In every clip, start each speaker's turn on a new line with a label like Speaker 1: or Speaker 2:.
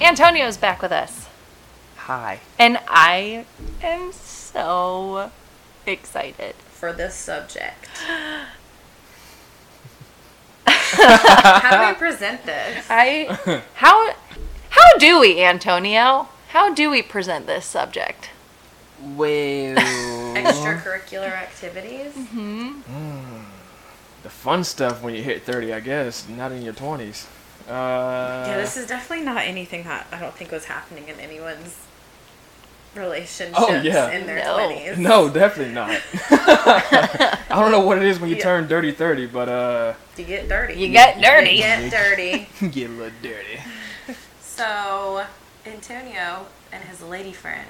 Speaker 1: Antonio's back with us.
Speaker 2: Hi.
Speaker 1: And I am so excited.
Speaker 3: for this subject. How do we present this?
Speaker 1: I how how do we, Antonio? How do we present this subject?
Speaker 2: Well,
Speaker 3: Extracurricular activities?
Speaker 2: Mm-hmm. the fun stuff when you hit 30, I guess, not in your 20s. Uh,
Speaker 3: Yeah, this is definitely not anything that I don't think was happening in anyone's relationships
Speaker 2: Oh, yeah.
Speaker 3: in their
Speaker 1: No.
Speaker 3: 20s.
Speaker 2: No, definitely not. I don't know what it is when you
Speaker 3: Yeah.
Speaker 2: turn dirty 30, but uh,
Speaker 3: You get dirty.
Speaker 1: You get
Speaker 3: You
Speaker 1: dirty.
Speaker 3: get dirty.
Speaker 2: get a little dirty.
Speaker 3: So, Antonio and his lady friend.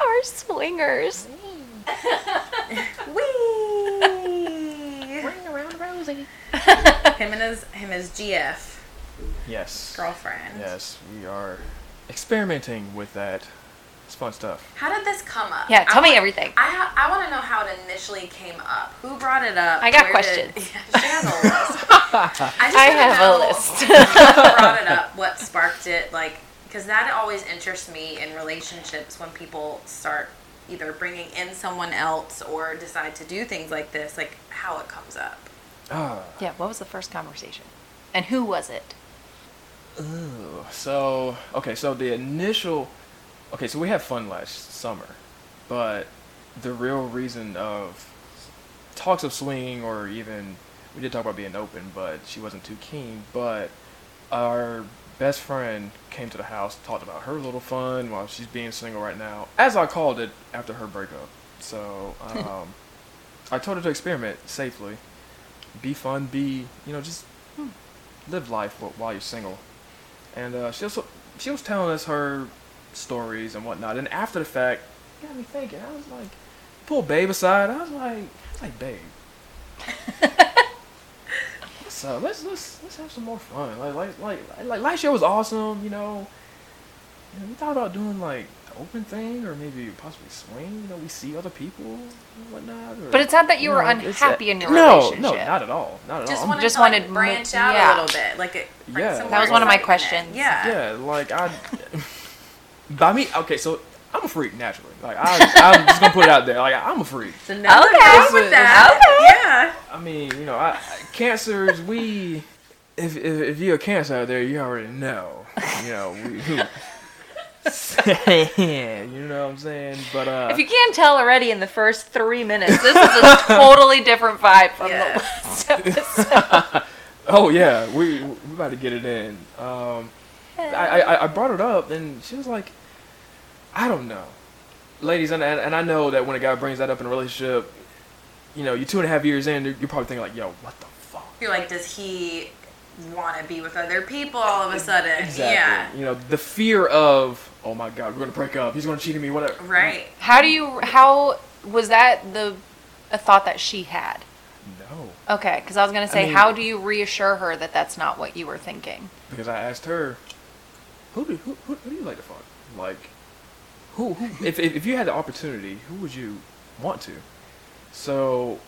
Speaker 1: Our swingers.
Speaker 3: Wee!
Speaker 2: Ring around Rosie.
Speaker 3: him and his him and his GF
Speaker 2: Yes.
Speaker 3: girlfriend.
Speaker 2: Yes, we are experimenting with that. It's fun stuff.
Speaker 3: How did this come up?
Speaker 1: Yeah,
Speaker 3: I
Speaker 1: tell me
Speaker 3: want-
Speaker 1: everything.
Speaker 3: I ha- I want to know how it initially came up. Who brought it up?
Speaker 1: I got
Speaker 3: Where did-
Speaker 1: questions.
Speaker 3: Yeah, she has a list. I, just
Speaker 1: I
Speaker 3: wanna
Speaker 1: have a
Speaker 3: know
Speaker 1: list.
Speaker 3: who brought it up? What sparked it? Like, because that always interests me in relationships when people start either bringing in someone else or decide to do things like this. Like how it comes up.
Speaker 2: Ah.
Speaker 1: Yeah, what was the first conversation? And who was it?
Speaker 2: Ooh, so okay, so the initial, okay, so we had fun last summer, but the real reason of talks of swinging or even we did talk about being open, but she wasn't too keen. But our best friend came to the house, talked about her little fun while she's being single right now, as I called it after her breakup. So um, I told her to experiment safely, be fun, be you know just hmm, live life wh- while you're single. And uh, she also she was telling us her stories and whatnot. And after the fact, it got me thinking. I was like, pull babe aside. I was like, I was like babe, what's up? Let's let's let's have some more fun. Like like like like last year was awesome. You know, You know, we thought about doing like an open thing or maybe possibly swing. You know, we see other people and whatnot. Or,
Speaker 1: But it's not that you were
Speaker 2: it's uh,
Speaker 1: unhappy in your
Speaker 2: no, No,
Speaker 1: relationship.
Speaker 2: not at all. Not at all.
Speaker 3: Just
Speaker 2: Oh, I'm
Speaker 3: wanted
Speaker 1: just
Speaker 3: to like,
Speaker 1: wanted mo-
Speaker 3: branch out
Speaker 1: yeah.
Speaker 3: a little bit. Like it. bring
Speaker 2: Yeah.
Speaker 3: some
Speaker 2: That was
Speaker 3: more
Speaker 2: one of
Speaker 1: my
Speaker 3: excitement.
Speaker 1: questions.
Speaker 3: Yeah.
Speaker 2: Yeah, like I. by me, okay, so I'm a freak naturally. Like I, I'm just gonna put it out there. Like I'm a freak.
Speaker 3: So nothing
Speaker 1: Okay.
Speaker 3: wrong with that.
Speaker 2: I mean, you know, I, cancers. We, if, if if you're a cancer out there, you already know. You know, we, you know what I'm saying. But uh,
Speaker 1: If you can't tell already in the first three minutes, this is a totally different vibe from
Speaker 3: Yeah.
Speaker 1: the last episode.
Speaker 2: Oh yeah, we we about to get it in. Um, I, I I brought it up and she was like, I don't know, ladies, and and and I know that when a guy brings that up in a relationship, you know, you're two and a half years in, you're you're probably thinking like, yo, what the fuck?
Speaker 3: You're like, does he want to be with other people all of a sudden?
Speaker 2: Exactly.
Speaker 3: Yeah.
Speaker 2: You know, the fear of, oh my god, we're gonna break up. He's gonna cheat on me, whatever.
Speaker 3: Right.
Speaker 1: How do you? How was that the a thought that she had?
Speaker 2: No,
Speaker 1: Okay, because I was gonna say,
Speaker 2: mean-
Speaker 1: how do you reassure her that that's not what you were thinking?
Speaker 2: because I asked her, who do who who, who do you like to fuck? Like, who who if, if if you had the opportunity, who would you want to? So,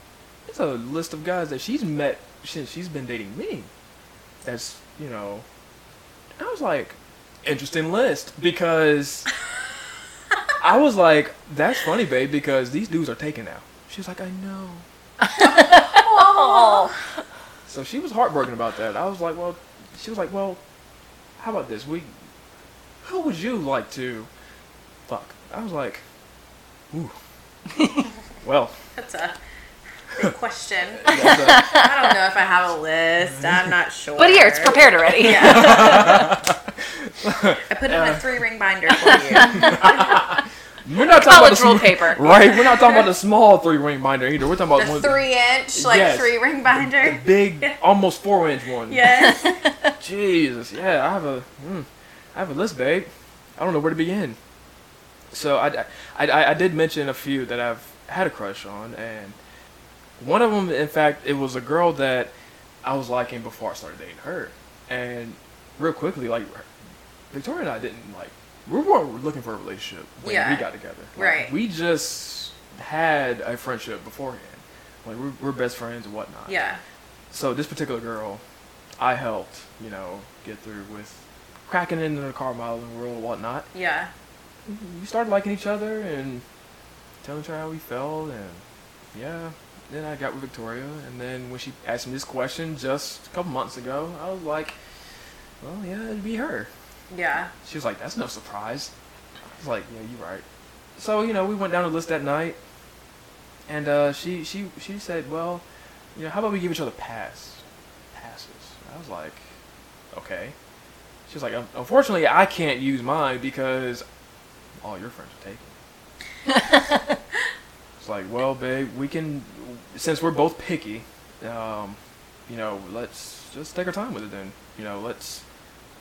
Speaker 2: it's a list of guys that she's met since she's been dating me. That's you know, I was like, interesting list because I was like, that's funny, babe, because these dudes are taken now. She was like, I know.
Speaker 1: Oh,
Speaker 2: So she was heartbroken about that. I was like, well, she was like, well, how about this? We, who would you like to fuck? I was like, ooh, well,
Speaker 3: That's a big question.
Speaker 2: that's a-
Speaker 3: I don't know if I have a list. I'm not sure.
Speaker 1: but here it's prepared already.
Speaker 3: Yeah. I put it in a three ring binder for you.
Speaker 2: we're not talking about the
Speaker 1: College rule
Speaker 2: sm-
Speaker 1: paper.
Speaker 2: right? We're not talking about the small three ring binder either. We're talking about
Speaker 3: The
Speaker 2: one,
Speaker 3: three inch, like
Speaker 2: Yes.
Speaker 3: three ring
Speaker 2: the
Speaker 3: binder.
Speaker 2: big, almost four inch one.
Speaker 3: Yes.
Speaker 2: Jesus, yeah, I have a, mm, I have a list, babe. I don't know where to begin. So I, I, I, I did mention a few that I've had a crush on, and one of them, in fact, it was a girl that I was liking before I started dating her, and real quickly, like Victoria and I didn't like we weren't looking for a relationship when
Speaker 3: Yeah.
Speaker 2: we got together. Like,
Speaker 3: Right.
Speaker 2: We just had a friendship beforehand. Like we're, we're best friends and whatnot
Speaker 3: Yeah.
Speaker 2: so this particular girl, I helped, you know, get through with cracking into the car modeling world and whatnot,
Speaker 4: Yeah.
Speaker 2: we started liking each other and telling each other how we felt and yeah. Then I got with Victoria and then when she asked me this question just a couple months ago, I was like, Well yeah, it'd be her.
Speaker 4: Yeah.
Speaker 2: She was like, That's no surprise. I was like, Yeah, you're right. So, you know, we went down the list that night and uh, she, she she said, Well, you know, how about we give each other pass passes? I was like, Okay. She was like, "Un- Unfortunately I can't use mine because all your friends are taken. It's like, well, babe, we can, since we're both picky, um, you know, let's just take our time with it then. You know, let's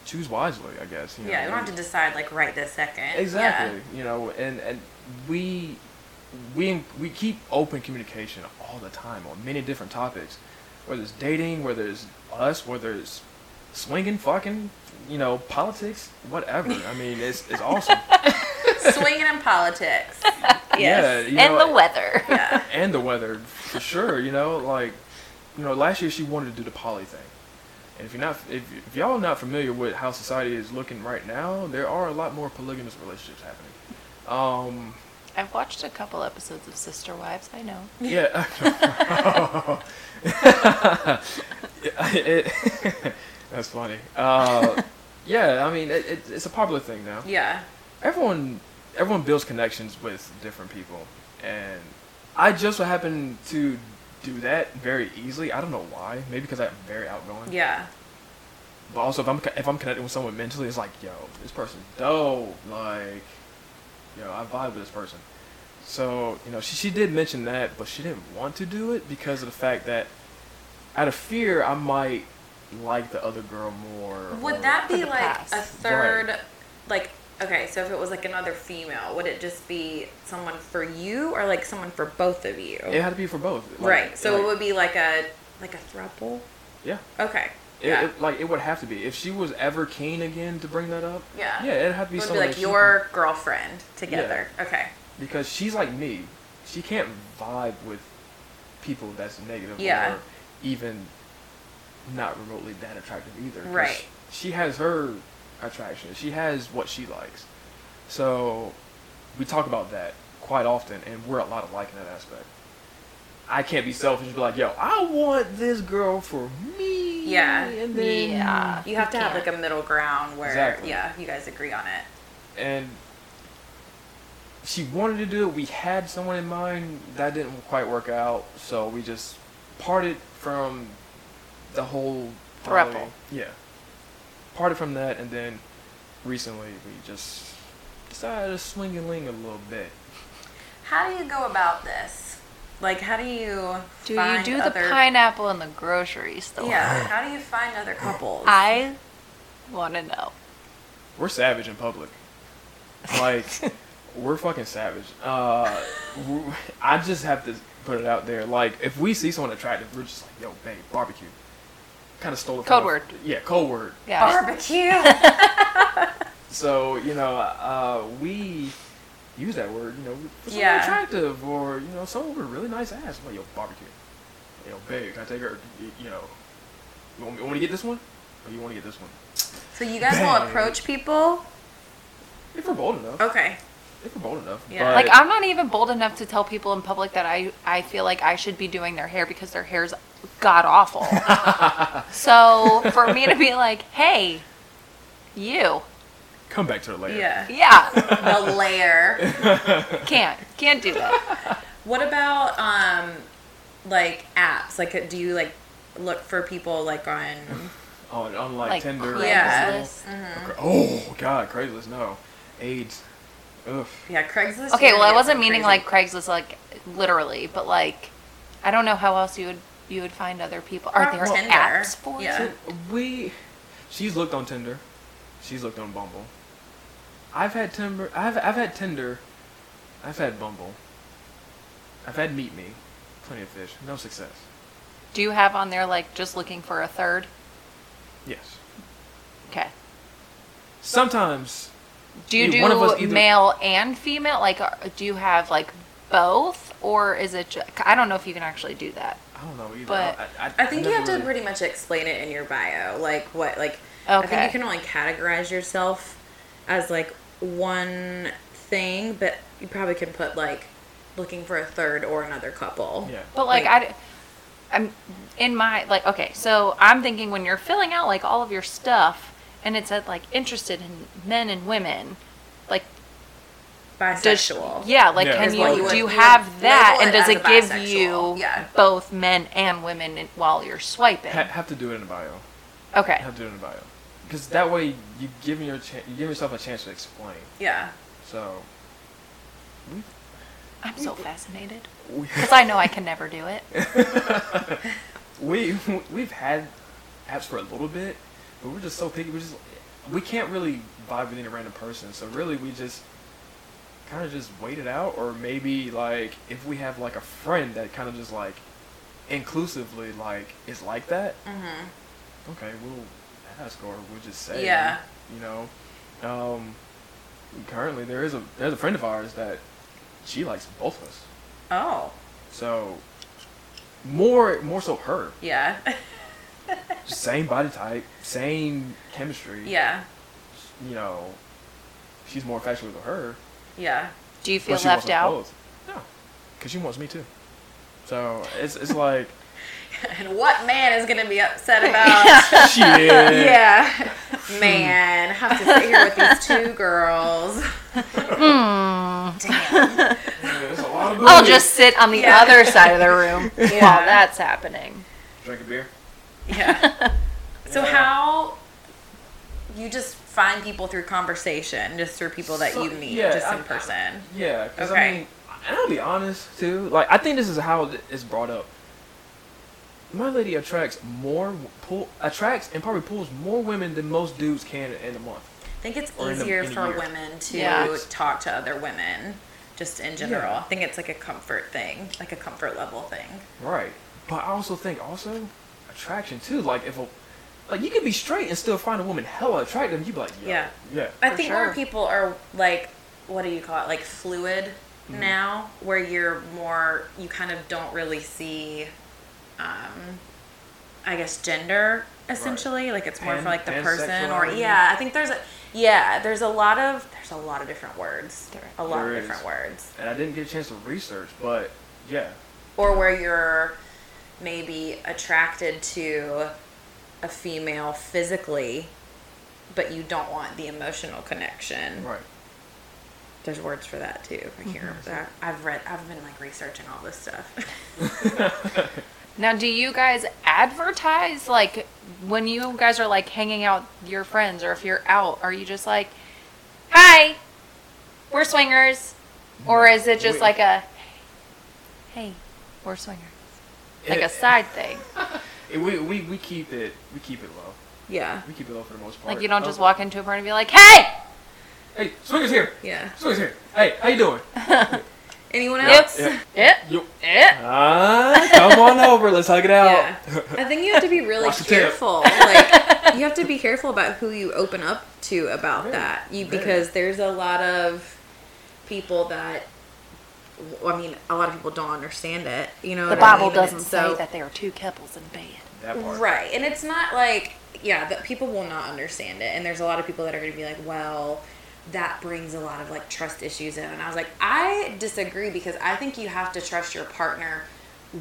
Speaker 2: choose wisely, I guess. You
Speaker 4: Yeah. You
Speaker 2: know,
Speaker 4: don't have to decide like right this second.
Speaker 2: Exactly. You know, and and we we we keep open communication all the time on many different topics, whether it's dating, whether it's us, whether it's swinging, fucking, you know, politics, whatever. I mean, it's it's awesome.
Speaker 4: Yeah. Swinging in politics.
Speaker 2: Yeah,
Speaker 1: Yes.
Speaker 2: you
Speaker 1: and
Speaker 2: know,
Speaker 1: the weather.
Speaker 4: Yeah.
Speaker 2: and the weather for sure. You know, like you know, last year she wanted to do the poly thing. And if you're not, if, if y'all are not familiar with how society is looking right now, there are a lot more polygamous relationships happening. Um,
Speaker 1: I've watched a couple episodes of Sister Wives. I know.
Speaker 2: yeah. It- that's funny. Uh, yeah, I mean, it, it, it's a popular thing now.
Speaker 4: Yeah.
Speaker 2: everyone everyone builds connections with different people and i just so happen to do that very easily i don't know why maybe because i'm very outgoing
Speaker 4: Yeah.
Speaker 2: but also if i'm co- if i'm connecting with someone mentally it's like yo this person's dope like yo i vibe with this person so you know she, she did mention that but she didn't want to do it because of the fact that out of fear i might like the other girl more or-
Speaker 4: Would that
Speaker 1: For
Speaker 4: be
Speaker 1: the
Speaker 4: like
Speaker 1: past.
Speaker 4: a
Speaker 1: Right.
Speaker 4: third, like, okay, so if it was like another female, would it just be someone for you or like someone for both of you?
Speaker 2: it had to be for both like-
Speaker 4: right. So
Speaker 2: like-
Speaker 4: it would be like a like a throuple.
Speaker 2: yeah
Speaker 4: Okay.
Speaker 2: It,
Speaker 4: yeah.
Speaker 2: it, like it would have to be if she was ever keen again to bring that up.
Speaker 4: Yeah.
Speaker 2: Yeah, it'd have to be
Speaker 4: It would be
Speaker 2: something
Speaker 4: like
Speaker 2: that she-
Speaker 4: your girlfriend together. Okay.
Speaker 2: because she's like me. She can't vibe with people that's negative
Speaker 4: Yeah.
Speaker 2: or even not remotely that attractive either. 'cause
Speaker 4: Right.
Speaker 2: She has her attraction. She has what she likes. So we talk about that quite often, and we're a lot alike in that aspect. I can't be selfish and be like, "Yo, I want this girl for me."
Speaker 4: Yeah.
Speaker 2: And then
Speaker 1: Yeah.
Speaker 4: You have to have
Speaker 1: can't.
Speaker 4: like a middle ground where
Speaker 2: Exactly.
Speaker 4: yeah, you guys agree on it.
Speaker 2: and she wanted to do it. We had someone in mind that didn't quite work out, so we just parted from the whole poly-
Speaker 1: Throuple.
Speaker 2: Yeah, parted from that, and then recently we just decided to swing and ling a little bit.
Speaker 4: How do you go about this? Like how do you
Speaker 1: Do
Speaker 4: find
Speaker 1: you do
Speaker 4: other,
Speaker 1: the pineapple in the grocery store?
Speaker 4: Yeah, how do you find other couples?
Speaker 1: I want to know.
Speaker 2: We're savage in public, like we're fucking savage. Uh, we- I just have to put it out there. Like if we see someone attractive, we're just like, "Yo, babe, barbecue." Kind of stole it. from
Speaker 1: Code
Speaker 2: a-
Speaker 1: word.
Speaker 2: Yeah, code word.
Speaker 1: Yeah.
Speaker 4: barbecue.
Speaker 2: So you know, uh, we use that word, you know, for someone
Speaker 4: Yeah.
Speaker 2: attractive or you know, someone with a really nice ass. Like yo, barbecue. Yo, babe, can I take her? y- You know, you want, me, want to get this one, or you want to get this one?
Speaker 4: so you guys
Speaker 2: Bang.
Speaker 4: will approach people?
Speaker 2: If we're bold enough,
Speaker 4: Okay.
Speaker 2: if we're bold enough.
Speaker 4: Yeah.
Speaker 2: But
Speaker 1: Like I'm not even bold enough to tell people in public that I I feel like I should be doing their hair because their hair's god awful. so for me to be like, "Hey, you."
Speaker 2: come back to the later.
Speaker 4: Yeah.
Speaker 1: Yeah,
Speaker 4: the layer.
Speaker 1: can't can't do that.
Speaker 4: What about um like apps? Like do you like look for people like on
Speaker 2: On, Oh, on like,
Speaker 1: Like
Speaker 2: Tinder.
Speaker 1: Craigslist. Mm-hmm.
Speaker 2: or
Speaker 4: Yeah.
Speaker 2: Zillow. Oh God, Craigslist. No, AIDS. Ugh.
Speaker 4: yeah, Craigslist?
Speaker 1: Okay,
Speaker 4: You're gonna
Speaker 1: well I
Speaker 4: get
Speaker 1: wasn't
Speaker 4: some
Speaker 1: meaning
Speaker 4: crazy-
Speaker 1: like Craigslist like literally, but like I don't know how else you would you would find other people. Are there
Speaker 4: Tinder.
Speaker 1: apps for
Speaker 4: Yeah.
Speaker 1: it?
Speaker 2: We, she's looked on Tinder, she's looked on Bumble. I've had Tinder. I've I've had Tinder. I've had Bumble. I've had Meet Me. Plenty of fish. No success.
Speaker 1: Do you have on there like just looking for a third?
Speaker 2: Yes.
Speaker 1: Okay.
Speaker 2: Sometimes.
Speaker 1: Do you
Speaker 2: Yeah,
Speaker 1: do
Speaker 2: one of us either-
Speaker 1: male and female? Like, are- do you have like both, or is it? Just, I don't know if you can actually do that.
Speaker 2: I I don't know either.
Speaker 1: But-
Speaker 2: I, I,
Speaker 3: I think you
Speaker 2: never
Speaker 3: have to
Speaker 2: really-
Speaker 3: pretty much explain it in your bio, like what, like I
Speaker 1: Okay.
Speaker 3: think you can only categorize yourself as like one thing, but you probably can put like looking for a third or another couple.
Speaker 2: Yeah.
Speaker 1: But like
Speaker 3: Like-
Speaker 1: I, I'm in my like okay. So I'm thinking when you're filling out like all of your stuff, and it said like interested in men and women, like does
Speaker 3: bisexual.
Speaker 1: yeah, like
Speaker 2: Yeah.
Speaker 1: can
Speaker 2: Is
Speaker 1: you,
Speaker 2: what
Speaker 3: you would-
Speaker 1: do you
Speaker 3: you would
Speaker 1: have that,
Speaker 3: label
Speaker 1: and
Speaker 3: it
Speaker 1: does
Speaker 3: as
Speaker 1: it
Speaker 3: a
Speaker 1: give
Speaker 3: bisexual,
Speaker 1: you
Speaker 3: yeah.
Speaker 1: both men and women in, while you're swiping?
Speaker 2: ha- have to do it in a bio.
Speaker 1: okay,
Speaker 2: Have to do it in a bio, because that way you give your chan you give yourself a chance to explain.
Speaker 3: Yeah.
Speaker 2: So.
Speaker 1: I'm so fascinated
Speaker 2: We,
Speaker 1: because I know I can never do it.
Speaker 2: we we've had apps for a little bit, but we're just so picky. We just we can't really vibe with any random person. So really, we just kind of just wait it out, or maybe like if we have like a friend that kind of just like inclusively like is like that.
Speaker 3: Mm-hmm.
Speaker 2: Okay, we'll ask, or we'll just say.
Speaker 3: Yeah.
Speaker 2: You know, um, currently there is a there's a friend of ours that she likes both of us.
Speaker 3: Oh,
Speaker 2: So more more so her.
Speaker 3: yeah,
Speaker 2: Same body type, same chemistry.
Speaker 3: yeah,
Speaker 2: You know, she's more fashionable with her.
Speaker 3: yeah.
Speaker 1: Do you
Speaker 2: but
Speaker 1: feel
Speaker 2: she
Speaker 1: left
Speaker 2: wants us
Speaker 1: out?
Speaker 2: both. No, because she wants me too. So it's it's like
Speaker 3: And what man is gonna be upset about?
Speaker 2: shit.
Speaker 3: yeah, man, I have to sit here with these two girls.
Speaker 1: Hmm.
Speaker 3: Damn.
Speaker 2: There's a lot of
Speaker 1: I'll
Speaker 2: booze.
Speaker 1: just sit on the
Speaker 3: Yeah.
Speaker 1: other side of the room while that's happening.
Speaker 2: drink a beer.
Speaker 3: Yeah. So
Speaker 2: Yeah.
Speaker 3: how you just find people through conversation, just through people that
Speaker 2: So-
Speaker 3: you meet,
Speaker 2: yeah,
Speaker 3: just in
Speaker 2: I- I-
Speaker 3: person.
Speaker 2: Yeah, because I
Speaker 3: Okay.
Speaker 2: mean, and I'll be honest too. Like I think this is how th- it's brought up. My lady attracts more pull attracts and probably pulls more women than most dudes can in a month.
Speaker 3: I think it's
Speaker 2: Or in a-
Speaker 3: easier
Speaker 2: in a
Speaker 3: for
Speaker 2: year.
Speaker 3: women to
Speaker 1: Yeah.
Speaker 3: talk to other women, just in general.
Speaker 2: Yeah.
Speaker 3: I think it's like a comfort thing, like a comfort level thing.
Speaker 2: Right. But I also think also attraction too. Like if a like you could be straight and still find a woman hella attractive, you'd be like, Yo,
Speaker 3: Yeah.
Speaker 2: yeah, yeah,
Speaker 3: I
Speaker 1: For
Speaker 3: think
Speaker 1: sure.
Speaker 3: more people are like, what do you call it? Like fluid
Speaker 2: Mm-hmm.
Speaker 3: now, where you're more, you kind of don't really see, um, I guess, gender essentially. Like it's more
Speaker 2: And-
Speaker 3: for like the
Speaker 2: and
Speaker 3: person, or
Speaker 2: sexuality.
Speaker 3: yeah, I think there's a yeah, there's a lot of there's a lot of different words, a lot
Speaker 2: There
Speaker 3: of
Speaker 2: is.
Speaker 3: different words,
Speaker 2: And I didn't get a chance to research, but yeah,
Speaker 3: or where you're maybe attracted to a female physically, but you don't want the emotional
Speaker 1: Mm.
Speaker 3: connection.
Speaker 2: right.
Speaker 3: There's words for that too. I can't remember that. Mm-hmm. I've read. I've been like researching all this stuff.
Speaker 1: Now, do you guys advertise like when you guys are like hanging out with your friends or if you're out, are you just like, "Hi, we're swingers," or is it just
Speaker 2: We-
Speaker 1: like a, "Hey, we're swingers," like a
Speaker 2: It-
Speaker 1: side thing?
Speaker 2: it- we, we we keep it we keep it low.
Speaker 3: yeah.
Speaker 2: We keep it low for the most part.
Speaker 1: Like you don't just
Speaker 2: Oh,
Speaker 1: walk into a party and be like, "Hey,
Speaker 2: Hey, swingers here.
Speaker 3: Yeah.
Speaker 2: Swingers here. Hey, how you doing?
Speaker 3: Anyone
Speaker 1: yep,
Speaker 3: else?
Speaker 2: Yeah.
Speaker 1: yep,
Speaker 2: You.
Speaker 1: yep."
Speaker 2: Ah, come on over. Let's hug it out.
Speaker 3: I think you have to be really
Speaker 2: Watch the tip.
Speaker 3: careful. Like you have to be careful about who you open up to about
Speaker 2: Very,
Speaker 3: that. You
Speaker 2: very.
Speaker 3: because there's a lot of people that well, I mean, a lot of people don't understand it. You know,
Speaker 1: The
Speaker 3: what I
Speaker 1: Bible
Speaker 3: mean? And
Speaker 1: doesn't
Speaker 3: so-
Speaker 1: say that there are two couples in bed.
Speaker 2: That part.
Speaker 3: Right. And it's not like, yeah, that people will not understand it. And there's a lot of people that are going to be like, well, that brings a lot of like trust issues in. And I was like, I disagree because I think you have to trust your partner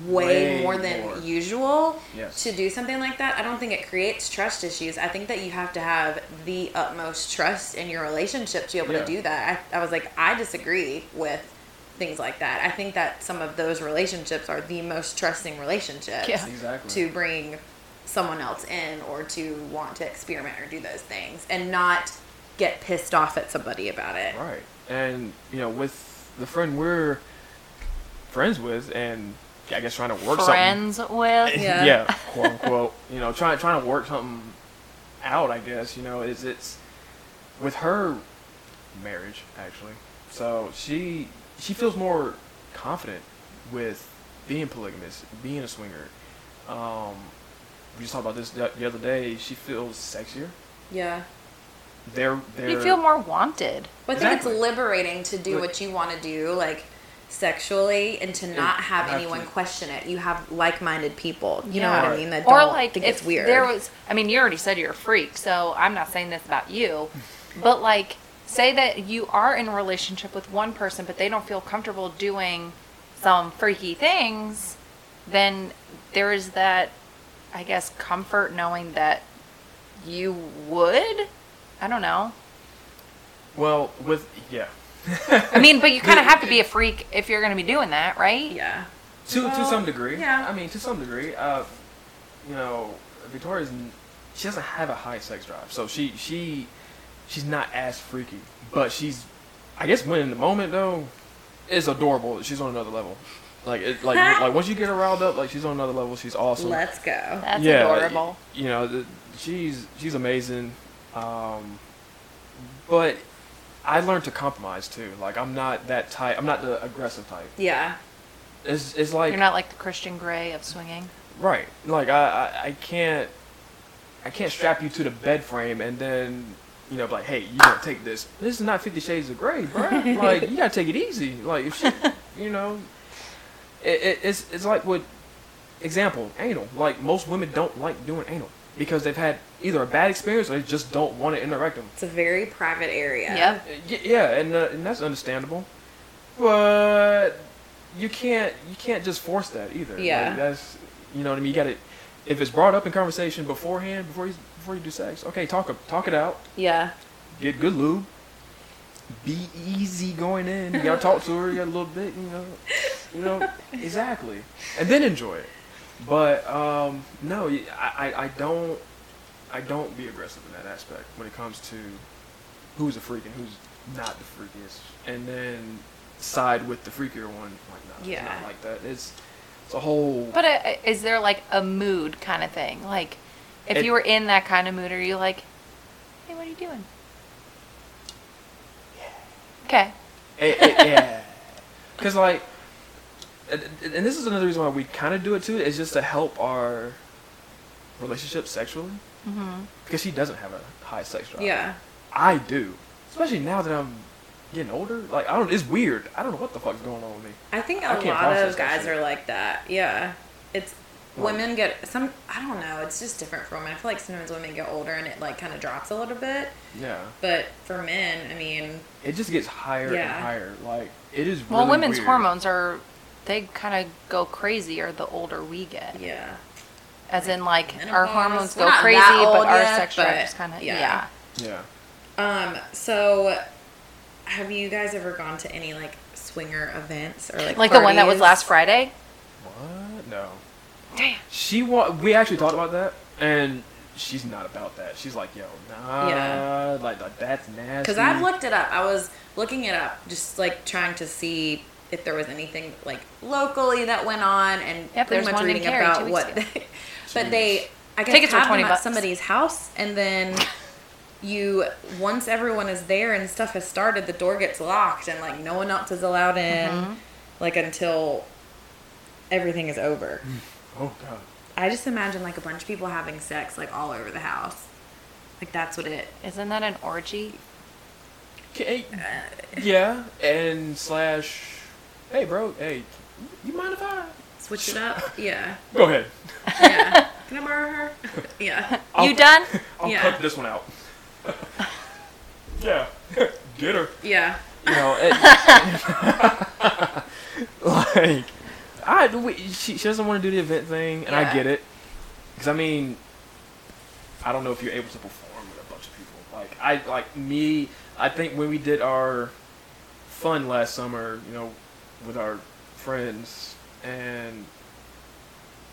Speaker 3: way,
Speaker 2: Way
Speaker 3: more than
Speaker 2: more.
Speaker 3: usual
Speaker 2: Yes.
Speaker 3: to do something like that. I don't think it creates trust issues. I think that you have to have the utmost trust in your relationship to be able
Speaker 2: Yeah.
Speaker 3: to do that. I, I was like, I disagree with things like that. I think that some of those relationships are the most trusting relationships
Speaker 1: Yeah.
Speaker 2: Exactly.
Speaker 3: to bring someone else in or to want to experiment or do those things and not get pissed off at somebody about it.
Speaker 2: Right. And, you know, with the friend we're friends with and I guess trying to work
Speaker 1: Friends with.
Speaker 2: something.
Speaker 3: Yeah.
Speaker 2: quote unquote. You know, trying trying to work something out, I guess, you know, is it's with her marriage, actually. So she she feels more confident with being polygamous, being a swinger. Um, we just talked about this the the other day. She feels sexier.
Speaker 3: Yeah.
Speaker 2: They're, they're
Speaker 1: You feel more wanted.
Speaker 3: But I think
Speaker 2: Exactly.
Speaker 3: it's liberating to do
Speaker 2: Look-
Speaker 3: what you want to do. Like sexually and to not have
Speaker 2: have
Speaker 3: anyone
Speaker 2: to-
Speaker 3: question it. You have like-minded people. You know
Speaker 1: Yeah.
Speaker 3: what I mean? That
Speaker 1: or
Speaker 3: don't
Speaker 1: like
Speaker 3: think
Speaker 1: if
Speaker 3: it's weird.
Speaker 1: there was i mean you already said you're a freak so i'm not saying this about you but like say that you are in a relationship with one person but they don't feel comfortable doing some freaky things then there is that i guess comfort knowing that you would i don't know
Speaker 2: Well, with yeah,
Speaker 1: i mean but you kind of have to be a freak if you're going to be doing that right
Speaker 3: yeah.
Speaker 2: to to
Speaker 3: Well,
Speaker 2: some degree.
Speaker 3: yeah.
Speaker 2: I mean, to some degree. Uh, you know, Victoria's n- she doesn't have a high sex drive, so she she she's not as freaky, but she's I guess when in the moment though, it's adorable. She's on another level. Like it, like like once you get her riled up, like she's on another level. She's awesome.
Speaker 3: Let's go.
Speaker 1: that's
Speaker 2: yeah,
Speaker 1: adorable
Speaker 2: y- You know, the, she's she's amazing, um, but I learned to compromise too. Like I'm not that type. I'm not the aggressive type.
Speaker 3: Yeah.
Speaker 2: It's it's like
Speaker 1: you're not like the christian gray of swinging
Speaker 2: right. Like I, I I can't I can't strap you to the bed frame and then you know be like hey you gonna take this. This is not Fifty Shades of Grey, bro. like you gotta take it easy. Like if she, you know, it, it, it's it's like what example anal. Like most women don't like doing anal because they've had either a bad experience or they just don't want it in their rectum.
Speaker 3: It's a very private area.
Speaker 1: yep
Speaker 2: Y- Yeah, and, uh, and that's understandable, but you can't you can't just force that either. Like,
Speaker 3: Yeah.
Speaker 2: that's you know what I mean. You got to if it's brought up in conversation beforehand before you before you do sex. Okay, talk a- talk it out.
Speaker 3: Yeah.
Speaker 2: Get good lube. Be easy going in. You gotta talk to her. You got a little bit. You know. You know exactly, and then enjoy it. But um, no, y- I, I- I don't I don't be aggressive in that aspect when it comes to who's a freak and who's not the freakiest, and then side with the freakier one. Like no, it's
Speaker 3: Yeah.
Speaker 2: not like that. It's it's a whole.
Speaker 1: But uh is there like a mood kind of thing? Like, if
Speaker 2: It-
Speaker 1: you were in that kind of mood, are you like, hey, what are you doing? Okay.
Speaker 2: Eh, eh, yeah. Because, like, and and this is another reason why we kind of do it too, is just to help our relationship sexually.
Speaker 1: Mm-hmm.
Speaker 2: Because she doesn't have a high sex drive.
Speaker 3: Yeah.
Speaker 2: I do. Especially now that I'm getting older. Like, I don't, it's weird. I don't know what the fuck's going on with me.
Speaker 3: I think
Speaker 2: I
Speaker 3: a
Speaker 2: can't
Speaker 3: lot
Speaker 2: process
Speaker 3: of
Speaker 2: that
Speaker 3: guys
Speaker 2: shit.
Speaker 3: are like that. Yeah. It's
Speaker 2: Well-
Speaker 3: women get some I don't know, it's just different for women. I feel like sometimes women get older and it like kind of drops a little bit,
Speaker 2: Yeah.
Speaker 3: but for men, I mean,
Speaker 2: It just gets higher
Speaker 3: Yeah.
Speaker 2: and higher. Like, it is really
Speaker 1: Well, women's
Speaker 2: weird.
Speaker 1: hormones are, they kind of go crazier the older we get.
Speaker 3: yeah.
Speaker 1: As in, like, our
Speaker 3: Menopause.
Speaker 1: hormones
Speaker 3: We're
Speaker 1: go
Speaker 3: not
Speaker 1: crazy,
Speaker 3: that
Speaker 1: but
Speaker 3: old
Speaker 1: our
Speaker 3: yet,
Speaker 1: sex drive
Speaker 3: but
Speaker 1: is kind of, yeah.
Speaker 3: yeah.
Speaker 2: Yeah.
Speaker 3: Um so have you guys ever gone to any like swinger events or like
Speaker 1: Like the one that was
Speaker 3: parties?
Speaker 1: last Friday?
Speaker 2: What? No.
Speaker 1: Damn.
Speaker 2: She wa- We actually talked about that, and she's not about that. She's like, yo, nah.
Speaker 3: Yeah.
Speaker 2: Like, like, that's nasty.
Speaker 3: Because I've looked it up. I was looking it up, just like trying to see if there was anything like locally that went on, and
Speaker 1: Yep,
Speaker 3: pretty
Speaker 1: there's
Speaker 3: much
Speaker 1: one in
Speaker 3: reading
Speaker 1: Cary two
Speaker 3: about
Speaker 1: weeks
Speaker 3: what.
Speaker 1: ago.
Speaker 3: They, but they, I guess,
Speaker 1: Tickets were
Speaker 3: have
Speaker 1: 20
Speaker 3: them
Speaker 1: bucks.
Speaker 3: at somebody's house, and then you once everyone is there and stuff has started, the door gets locked, and like no one else is allowed in,
Speaker 1: Mm-hmm.
Speaker 3: like until everything is over.
Speaker 1: Mm.
Speaker 2: Oh, God.
Speaker 3: I just imagine like a bunch of people having sex like all over the house. Like that's what it. uh,
Speaker 1: Isn't that an orgy?
Speaker 2: Okay. Yeah, and slash, hey, bro, hey, you mind if I
Speaker 3: Switch it up, yeah.
Speaker 2: go ahead?
Speaker 3: yeah. Can I borrow her? Yeah.
Speaker 1: you done?
Speaker 2: I'll
Speaker 3: Yeah.
Speaker 2: cut this one out. yeah, get her.
Speaker 3: Yeah.
Speaker 2: You know, it- like I, we, she, she doesn't want to do the event thing, and I
Speaker 3: Yeah.
Speaker 2: get it, because I mean, I don't know if you're able to perform with a bunch of people. Like I, like me, I think when we did our fun last summer, you know, with our friends, and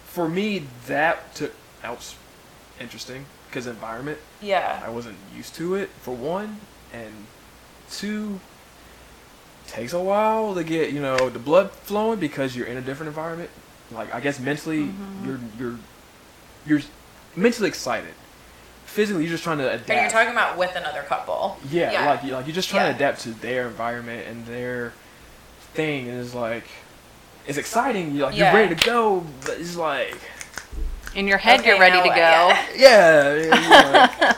Speaker 2: for me, that took that was interesting because environment.
Speaker 3: Yeah.
Speaker 2: I wasn't used to it for one, and two takes a while to get you know the blood flowing because you're in a different environment. Like I guess mentally you're you're you're mentally excited. Physically, you're just trying to adapt.
Speaker 3: And you're talking about with another couple.
Speaker 2: yeah, like you- like you're just trying to
Speaker 3: Yeah.
Speaker 2: adapt to their environment and their thing, and it's like it's exciting. You're like
Speaker 3: Yeah.
Speaker 2: you're ready to go, but it's like
Speaker 1: In your head,
Speaker 3: Okay,
Speaker 1: you're ready
Speaker 3: now
Speaker 1: to go.
Speaker 3: what? Yeah.
Speaker 2: yeah. you're like,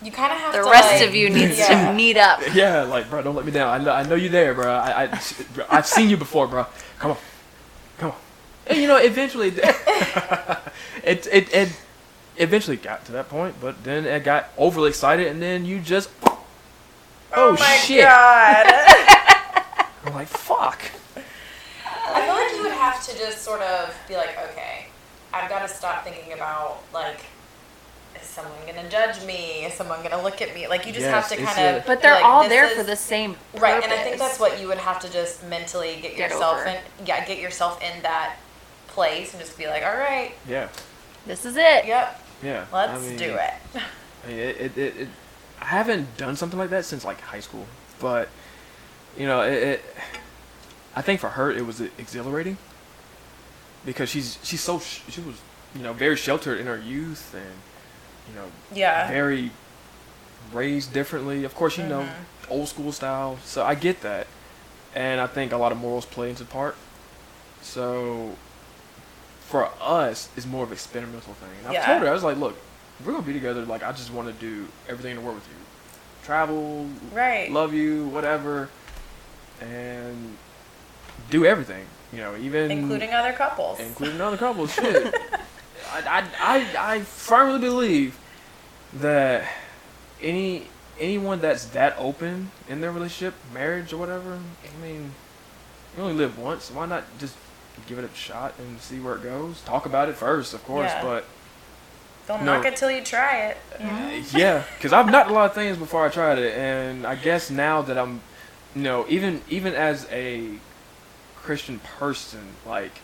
Speaker 3: you kind of have
Speaker 1: The
Speaker 3: to,
Speaker 1: rest
Speaker 3: like-
Speaker 1: of you needs
Speaker 3: Yeah.
Speaker 1: to meet up.
Speaker 2: Yeah, like bro, don't let me down. I know, I know you there, bro. I, I bro, I've seen you before, bro. Come on, come on. And you know, eventually, it, it it eventually got to that point, but then it got overly excited, and then you just oh,
Speaker 3: Oh my
Speaker 2: shit!
Speaker 3: god.
Speaker 2: I'm like fuck.
Speaker 3: I feel like you would have to just sort of be like, okay, I've got to stop thinking about like, is someone gonna judge me? Is someone gonna look at me? Like you just
Speaker 2: Yes,
Speaker 3: have to
Speaker 2: it's
Speaker 3: kind
Speaker 2: a-
Speaker 3: of.
Speaker 1: But they're
Speaker 3: like,
Speaker 1: all
Speaker 3: this
Speaker 1: there
Speaker 3: is-
Speaker 1: for the same purpose.
Speaker 3: Right, and I think that's what you would have to just mentally get,
Speaker 1: Get
Speaker 3: yourself
Speaker 1: over.
Speaker 3: in. Yeah, get yourself in that place and just be like, all right,
Speaker 2: Yeah,
Speaker 1: This is it.
Speaker 3: yep,
Speaker 2: yeah. I
Speaker 3: let's
Speaker 2: mean,
Speaker 3: do it.
Speaker 2: I mean, it, it, it, it, I haven't done something like that since like high school, but you know, it, it I think for her it was exhilarating because she's she's so sh- she was you know very sheltered in her youth and you know
Speaker 3: Yeah.
Speaker 2: very raised differently. Of course, you know
Speaker 3: Mm-hmm.
Speaker 2: old school style, so I get that, and I think a lot of morals play into part. So for us, it's more of an experimental thing. And I
Speaker 3: Yeah.
Speaker 2: told her I was like, look, we're gonna be together. Like I just want to do everything in the world with you, travel,
Speaker 3: Right.
Speaker 2: love you, whatever, and do everything. You know, even
Speaker 3: Including other couples.
Speaker 2: including other couples. Shit, I, I, I, I firmly believe that any anyone that's that open in their relationship, marriage or whatever. I mean, you only live once. Why not just give it a shot and see where it goes? Talk about it first, of course,
Speaker 3: Yeah.
Speaker 2: but.
Speaker 3: Don't
Speaker 2: No.
Speaker 3: knock it till you try it.
Speaker 2: yeah, because I've knocked a lot of things before I tried it, and I guess now that I'm, you know, even even as a Christian person, like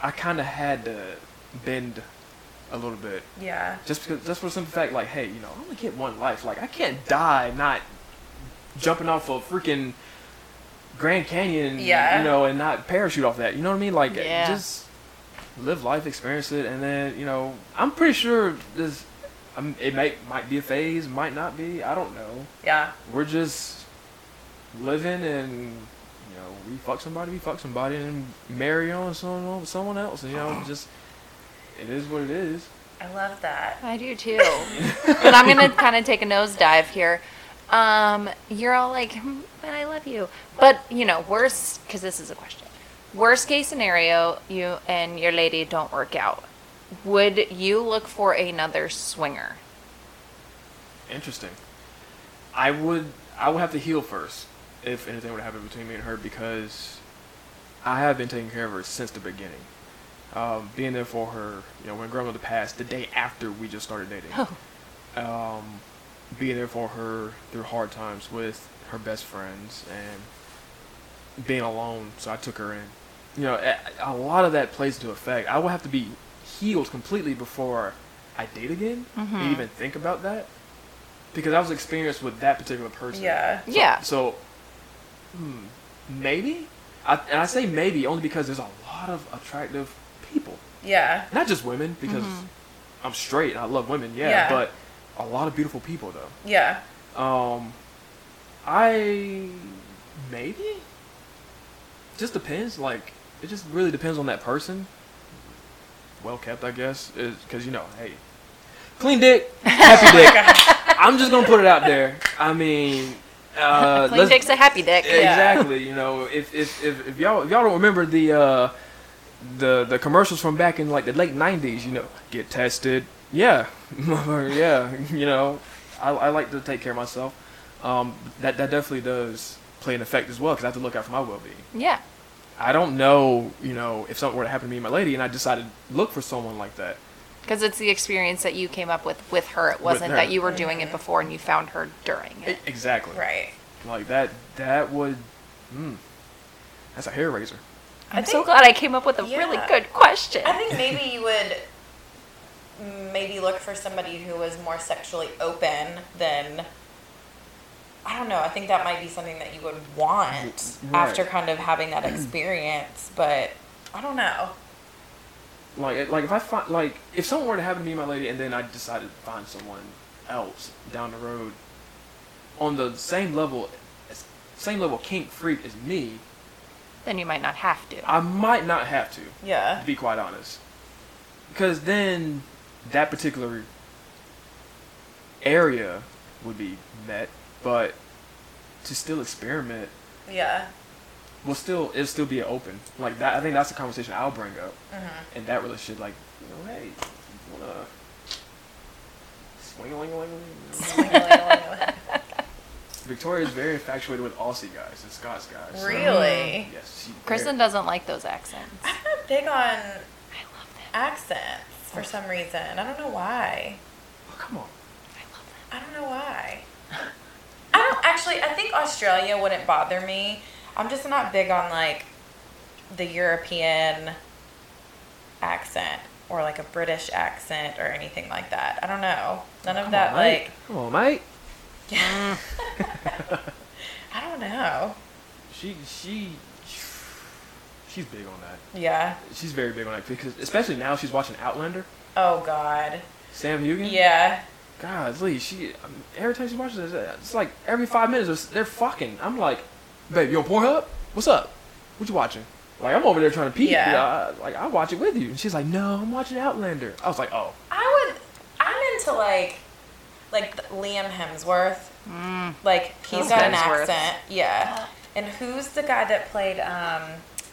Speaker 2: I kind of had to bend a little bit,
Speaker 3: Yeah.
Speaker 2: just because just for the simple fact, like, hey, you know, I only get one life, like I can't die not jumping off a freaking Grand Canyon,
Speaker 3: Yeah.
Speaker 2: you know, and not parachute off that, you know what I mean? Like,
Speaker 1: Yeah.
Speaker 2: just live life, experience it, and then you know, I'm pretty sure this. Um, it may might be a phase, might not be. I don't know.
Speaker 3: Yeah.
Speaker 2: We're just living, and you know, we fuck somebody, we fuck somebody, and marry on someone someone else. You know, just it is what it is.
Speaker 3: I love that.
Speaker 1: I do too. but I'm gonna kind of take a nosedive here. Um, you're all like, "Hmm, but I love you. But you know, worst because this is a question. Worst case scenario, you and your lady don't work out. Would you look for another swinger?
Speaker 2: Interesting. I would I would have to heal first if anything would happen between me and her because I have been taking care of her since the beginning. Um, being there for her, you know, when grandmother passed, the day after we just started dating. Um, being there for her through hard times with her best friends and being alone, so I took her in. You know, a, a lot of that plays into effect. I would have to be healed completely before I date again and even think about that because I was experienced with that particular person.
Speaker 3: Yeah.
Speaker 1: yeah.
Speaker 2: So, hmm, maybe? I, and I say maybe only because there's a lot of attractive people.
Speaker 3: Yeah.
Speaker 2: Not just women, because
Speaker 1: Mm-hmm.
Speaker 2: I'm straight and I love women, yeah,
Speaker 3: Yeah.
Speaker 2: but a lot of beautiful people, though.
Speaker 3: Yeah.
Speaker 2: Um, I. Maybe? Just depends. Like, it just really depends on that person. Well kept, I guess. Because, you know, hey, clean dick, happy dick. I'm just going to put it out there. I mean. Uh,
Speaker 1: Clean
Speaker 2: let's-
Speaker 1: dick's a happy dick.
Speaker 3: Yeah.
Speaker 2: Exactly. You know, if if, if, if y'all if y'all don't remember the uh, the the commercials from back in like the late '90s, you know, get tested. Yeah, yeah. You know, I, I like to take care of myself. Um, that that definitely does play an effect as well because I have to look out for my well-being.
Speaker 1: Yeah.
Speaker 2: I don't know, you know, if something were to happen to me and my lady, and I decided to look for someone like that.
Speaker 1: Because it's the experience that you came up with with her. It wasn't
Speaker 2: her.
Speaker 1: that you were doing it before and you found her during
Speaker 2: E-
Speaker 1: it.
Speaker 2: Exactly.
Speaker 3: Right.
Speaker 2: Like that. That would. Mm, that's a hair raiser.
Speaker 1: I'm
Speaker 3: I
Speaker 1: so
Speaker 3: think-
Speaker 1: glad I came up with a really
Speaker 3: Yeah.
Speaker 1: good question.
Speaker 3: I think maybe you would maybe look for somebody who was more sexually open than I don't know. I think that might be something that you would want
Speaker 2: Right.
Speaker 3: after kind of having that experience, but I don't know.
Speaker 2: Like, like if I find, like, if something were to happen to me, and my lady, and then I decided to find someone else down the road on the same level, as- same level kink freak as me,
Speaker 1: then you might not have to.
Speaker 2: I might not have to,
Speaker 3: Yeah.
Speaker 2: to be quite honest. Because then that particular area would be met, but to still experiment
Speaker 3: Yeah.
Speaker 2: will still it'll still be open. Like that, I think that's the conversation I'll bring up,
Speaker 3: Mhm.
Speaker 2: and that really should like, you know, hey, you wanna swing a ling a ling a ling. Victoria is very infatuated with Aussie guys and Scots guys. so-
Speaker 3: really?
Speaker 2: yes. She,
Speaker 1: Kristen
Speaker 2: very-
Speaker 1: doesn't like those accents.
Speaker 3: I'm not big on
Speaker 1: I love them.
Speaker 3: accents for some reason. I don't know why.
Speaker 2: Oh, come on.
Speaker 1: I love them.
Speaker 3: I don't know why. I don't actually. I think Australia wouldn't bother me. I'm just not big on like the European accent or like a British accent or anything like that. I don't know. None of
Speaker 2: Come
Speaker 3: that
Speaker 2: on, mate.
Speaker 3: like.
Speaker 2: Come on, mate.
Speaker 3: I don't know.
Speaker 2: She she she's big on that.
Speaker 3: Yeah.
Speaker 2: She's very big on that because especially now she's watching Outlander.
Speaker 3: Oh God.
Speaker 2: Sam Hugan.
Speaker 3: Yeah.
Speaker 2: Golly, she um, every time she watches this, uh, it's like every five minutes it's- they're fucking. I'm like, babe, you on Pornhub? What's up? What you watching? Like I'm over there trying to pee.
Speaker 3: Yeah.
Speaker 2: I- like I watch it with you, and she's like, no, I'm watching Outlander. I was like, oh,
Speaker 3: I would. I'm into like, like th- Liam Hemsworth. Like he's got an
Speaker 1: Mm. Hemsworth.
Speaker 3: accent. Yeah. And who's the guy that played um,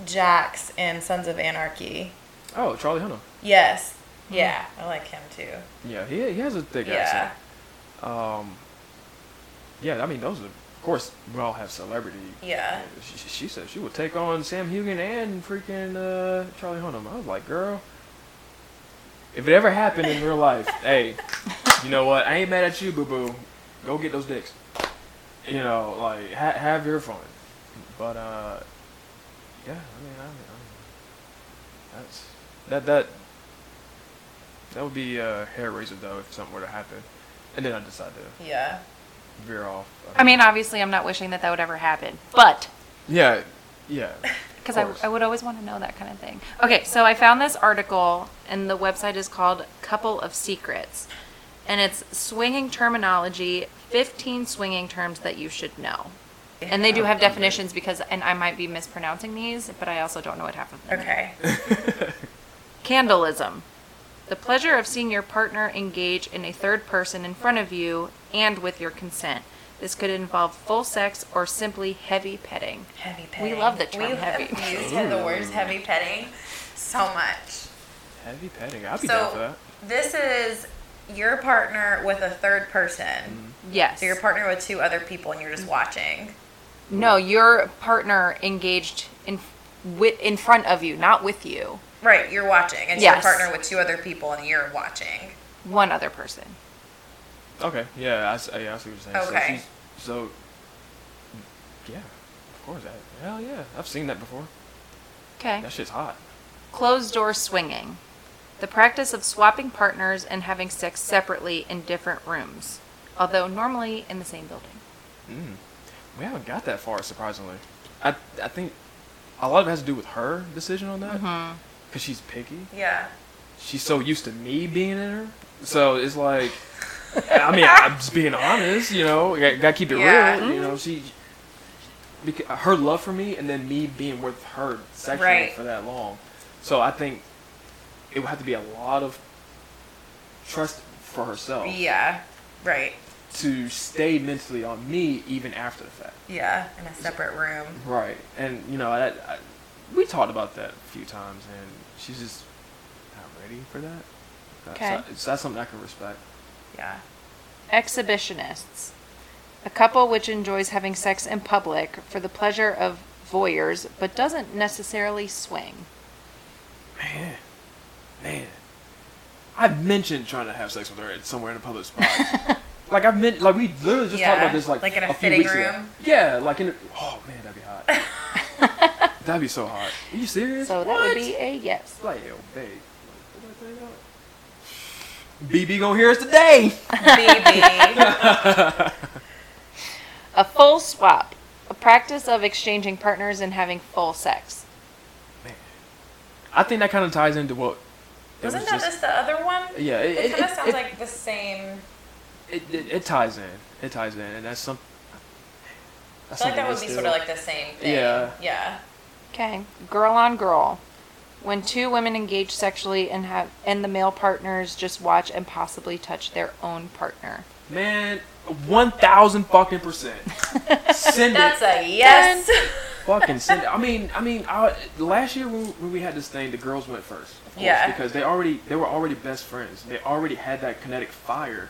Speaker 3: Jax in Sons of Anarchy?
Speaker 2: oh, Charlie Hunnam.
Speaker 3: Yes.
Speaker 1: Hmm.
Speaker 3: Yeah, I like him too.
Speaker 2: Yeah, he he has a thick
Speaker 3: Yeah.
Speaker 2: accent. Um, yeah, I mean those are of course we all have celebrity.
Speaker 3: Yeah.
Speaker 2: She, she- she said she would take on Sam Hugan and freaking uh, Charlie Hunnam. I was like, girl, if it ever happened in real life, hey, you know what? I ain't mad at you, boo boo. Go get those dicks. You know, like ha- have your fun. But uh, yeah, I mean, I, mean, I mean, that's that that that would be a hair raiser though if something were to happen, and then I decide to
Speaker 3: Yeah.
Speaker 2: veer off.
Speaker 1: I mean, obviously, I'm not wishing that that would ever happen, but
Speaker 2: yeah, yeah.
Speaker 1: because
Speaker 2: course.
Speaker 1: I, I would always want to know that kind of thing. Okay, so I found this article, and the website is called Couple of Secrets, and it's swinging terminology 15 swinging terms that you should know. And they do have
Speaker 2: Okay.
Speaker 1: definitions because, and I might be mispronouncing these, but I also don't know what half of them. mean.
Speaker 3: Okay.
Speaker 1: Candleism. The pleasure of seeing your partner engage in a third person in front of you and with your consent. This could involve full sex or simply heavy petting.
Speaker 3: heavy petting.
Speaker 1: We love the term
Speaker 3: we
Speaker 1: heavy.
Speaker 3: have used the words heavy petting so much.
Speaker 2: Heavy petting. I'd be down for
Speaker 3: So
Speaker 2: that.
Speaker 3: this is your partner with a third
Speaker 2: Mm-hmm.
Speaker 3: person.
Speaker 1: Yes.
Speaker 3: So your partner with two other people and you're just watching.
Speaker 1: no, your partner engaged in with in front of you, not with you.
Speaker 3: Right, you're watching. It's
Speaker 1: Yes.
Speaker 3: your partner with two other people and you're watching.
Speaker 1: One other person.
Speaker 2: Okay. Yeah. I, s- yeah, I see what you're saying.
Speaker 3: Okay.
Speaker 2: So, she's, so yeah, of course. I, hell yeah, I've seen that before.
Speaker 1: Okay.
Speaker 2: That shit's hot.
Speaker 1: Closed door swinging. The practice of swapping partners and having sex separately in different rooms, although normally in the same building.
Speaker 2: Mm. We haven't got that far, surprisingly. I I think a lot of it has to do with her decision on that,
Speaker 3: Mm-hmm.
Speaker 1: Mhm.
Speaker 2: cause she's picky.
Speaker 3: Yeah.
Speaker 2: She's so used to me being in her, so it's like. I mean, I'm just being honest, you know. Got to keep it
Speaker 3: Yeah.
Speaker 2: real, you know. She, because her love for me, and then me being with her sexually
Speaker 3: Right.
Speaker 2: for that long. So I think it would have to be a lot of trust for
Speaker 3: Oh.
Speaker 2: herself
Speaker 3: Yeah. Right.
Speaker 2: to stay mentally on me even after the fact.
Speaker 3: Yeah. In a separate room.
Speaker 2: Right, and you know, I, I, we talked about that a few times, and she's just not ready for that. That's-
Speaker 1: Okay.
Speaker 2: so that's something I can respect.
Speaker 3: Yeah.
Speaker 1: Exhibitionists. A couple which enjoys having sex in public for the pleasure of voyeurs but doesn't necessarily swing.
Speaker 2: Man, man, I've mentioned trying to have sex with her at somewhere in a public spot. like I've meant, like we literally just
Speaker 3: Yeah,
Speaker 2: talked about this, like
Speaker 3: like in a
Speaker 2: few
Speaker 3: fitting
Speaker 2: weeks ago.
Speaker 3: room?
Speaker 2: Yeah, like in. A, oh man, that'd be hot. that'd be so hot. Are you serious?
Speaker 1: So that
Speaker 2: What?
Speaker 1: would be a yes.
Speaker 2: Like, yo, babe. like, what that thing up? BB gonna hear us today.
Speaker 3: Baby.
Speaker 1: A full swap. A practice of exchanging partners and having full sex.
Speaker 2: I think that kind of ties into what. it
Speaker 3: Wasn't
Speaker 2: was
Speaker 3: that
Speaker 2: just-
Speaker 3: just the other one?
Speaker 2: Yeah, it,
Speaker 3: It
Speaker 2: it,
Speaker 3: kind of
Speaker 2: it,
Speaker 3: sounds
Speaker 2: it,
Speaker 3: like the same.
Speaker 2: it, it, it ties in. It ties in, and that's some.
Speaker 3: I
Speaker 2: That's
Speaker 3: feel like
Speaker 2: something
Speaker 3: that would
Speaker 2: we
Speaker 3: be
Speaker 2: still-
Speaker 3: sort of like the same thing.
Speaker 2: Yeah.
Speaker 3: Yeah.
Speaker 1: Okay. Girl on girl. when two women engage sexually and have and the male partners just watch and possibly touch their own partner.
Speaker 2: Man, one thousand fucking percent. Send
Speaker 3: That's
Speaker 2: it.
Speaker 3: a yes.
Speaker 2: Fucking send it. I mean, I mean, I, last year when, when we had this thing, the girls went first. Of course,
Speaker 3: Yeah.
Speaker 2: Because they already they were already best friends. They already had that kinetic fire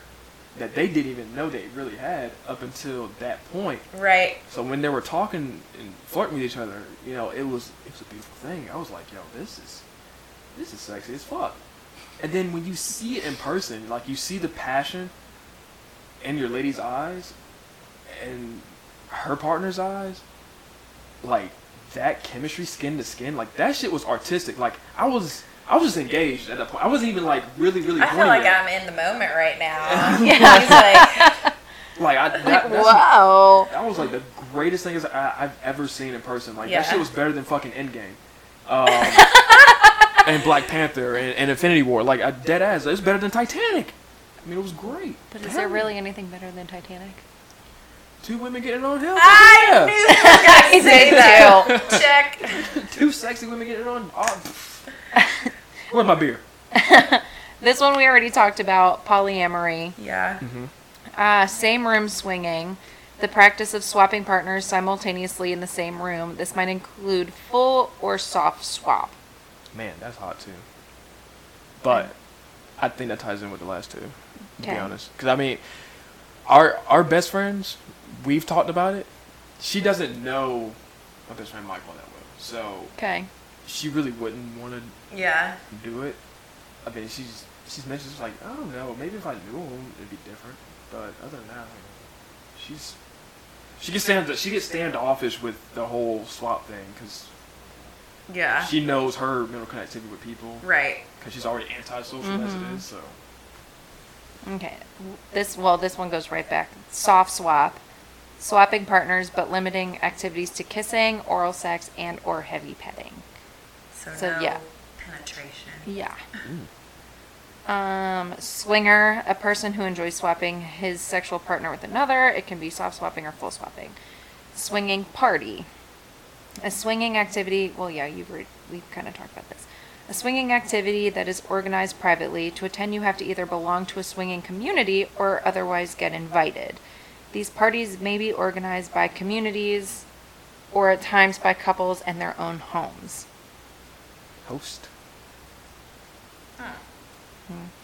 Speaker 2: that they didn't even know they really had up until that point.
Speaker 3: right.
Speaker 2: So when they were talking and flirting with each other, you know, it was it was a beautiful thing. I was like, yo, this is this is sexy as fuck. And then when you see it in person, like you see the passion in your lady's eyes and her partner's eyes, like that chemistry skin to skin, like that shit was artistic. Like I was I was just engaged at that point. I wasn't even like really, really
Speaker 3: I feel
Speaker 2: horny
Speaker 3: like
Speaker 2: yet.
Speaker 3: I'm in the moment right now.
Speaker 1: Yeah.
Speaker 3: He's like,
Speaker 2: like I that, that's,
Speaker 1: Whoa.
Speaker 2: That was like the greatest thing is I, I've ever seen in person. Like
Speaker 3: Yeah.
Speaker 2: that shit was better than fucking Endgame, um, and Black Panther and, and Infinity War. Like I dead ass, it was better than Titanic. I mean, it was great.
Speaker 1: But is there
Speaker 2: Damn.
Speaker 1: really anything better than Titanic?
Speaker 2: two women getting on hell?
Speaker 3: I
Speaker 2: Fuck
Speaker 1: He
Speaker 3: knew you were gonna say
Speaker 1: did
Speaker 3: that.
Speaker 1: too.
Speaker 3: Check.
Speaker 2: yeah. two sexy women getting on. Oh, pff. Where's my beer?
Speaker 1: This one we already talked about polyamory.
Speaker 3: Yeah.
Speaker 1: Uh, same room swinging. The practice of swapping partners simultaneously in the same room. This might include full or soft swap.
Speaker 2: Man, that's hot too. But I think that ties in with the last two, to
Speaker 1: Okay.
Speaker 2: be honest. Because I mean, our our best friends, we've talked about it. She doesn't know my best friend Michael that well, so
Speaker 1: Okay.
Speaker 2: she really wouldn't want to
Speaker 3: Yeah.
Speaker 2: do it. I mean, she's she's mentioned she's like I don't know, maybe if I knew him, it'd be different. But other than that, like, she's she gets stand she gets standoffish with the whole swap thing because
Speaker 3: Yeah.
Speaker 2: she knows her mental connectivity with people
Speaker 3: right.
Speaker 2: because she's already antisocial as it
Speaker 3: Mm-hmm.
Speaker 2: is. So
Speaker 1: Okay. This well, this one goes right back. Soft swap. Swapping partners but limiting activities to kissing, oral sex, and or heavy petting.
Speaker 3: So,
Speaker 1: So,
Speaker 3: no
Speaker 1: yeah.
Speaker 3: penetration.
Speaker 1: Yeah. Um, swinger, a person who enjoys swapping his sexual partner with another. It can be soft swapping or full swapping. Swinging party. A swinging activity, well, yeah, you've re- we've kind of talked about this. A swinging activity that is organized privately. To attend, you have to either belong to a swinging community or otherwise get invited. These parties may be organized by communities or at times by couples and their own homes.
Speaker 2: host.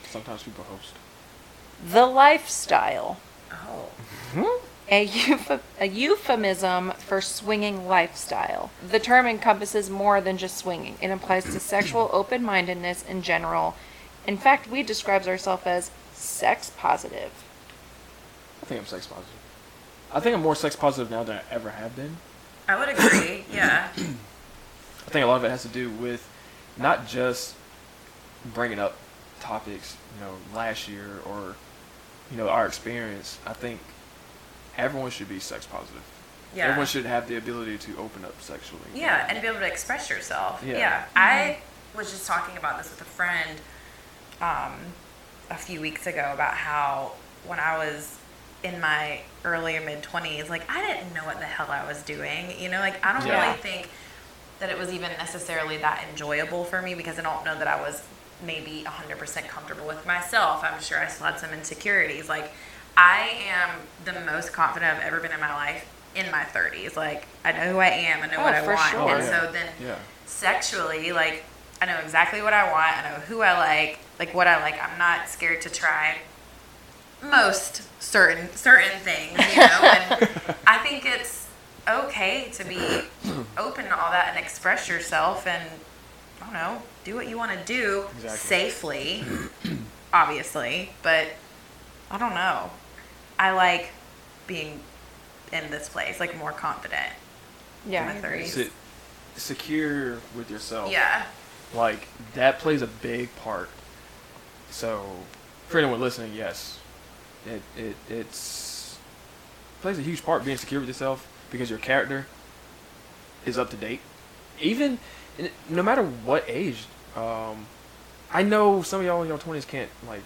Speaker 2: Sometimes people host.
Speaker 1: The lifestyle.
Speaker 3: Oh.
Speaker 1: A, euph- a euphemism for swinging lifestyle. The term encompasses more than just swinging, it implies to sexual open mindedness in general. In fact, we describes ourselves as sex positive.
Speaker 2: I think I'm sex positive. I think I'm more sex positive now than I ever have been.
Speaker 3: I would agree. Yeah.
Speaker 2: I think a lot of it has to do with not just bringing up topics, you know, last year or you know our experience. I think everyone should be sex positive.
Speaker 3: Yeah.
Speaker 2: Everyone should have the ability to open up sexually.
Speaker 3: Yeah, and be able to express yourself.
Speaker 2: Yeah. Mm-hmm.
Speaker 3: Yeah. I was just talking about this with a friend um, a few weeks ago about how when I was in my early or mid 20s, like I didn't know what the hell I was doing. You know, like I don't
Speaker 2: Yeah.
Speaker 3: really think that it was even necessarily that enjoyable for me because I don't know that I was maybe 100% comfortable with myself. I'm sure I still had some insecurities. Like, I am the most confident I've ever been in my life in my 30s. Like, I know who I am, I know
Speaker 1: Oh,
Speaker 3: what I
Speaker 1: for
Speaker 3: want.
Speaker 1: sure.
Speaker 3: And
Speaker 2: Yeah.
Speaker 3: so then,
Speaker 2: Yeah.
Speaker 3: sexually, like, I know exactly what I want, I know who I like, like, what I like. I'm not scared to try most certain certain things, you know. And I think it's okay to be open to all that and express yourself and I don't know, do what you want to do
Speaker 2: Exactly.
Speaker 3: safely, obviously. But I don't know. I like being in this place, like more confident.
Speaker 1: Yeah.
Speaker 3: in my 30s.
Speaker 2: Se- secure with yourself.
Speaker 3: Yeah.
Speaker 2: like that plays a big part. So, for anyone listening, yes, it it it's plays a huge part being secure with yourself because your character is up to date. Even n- no matter what age, um, I know some of y'all in your twenties can't like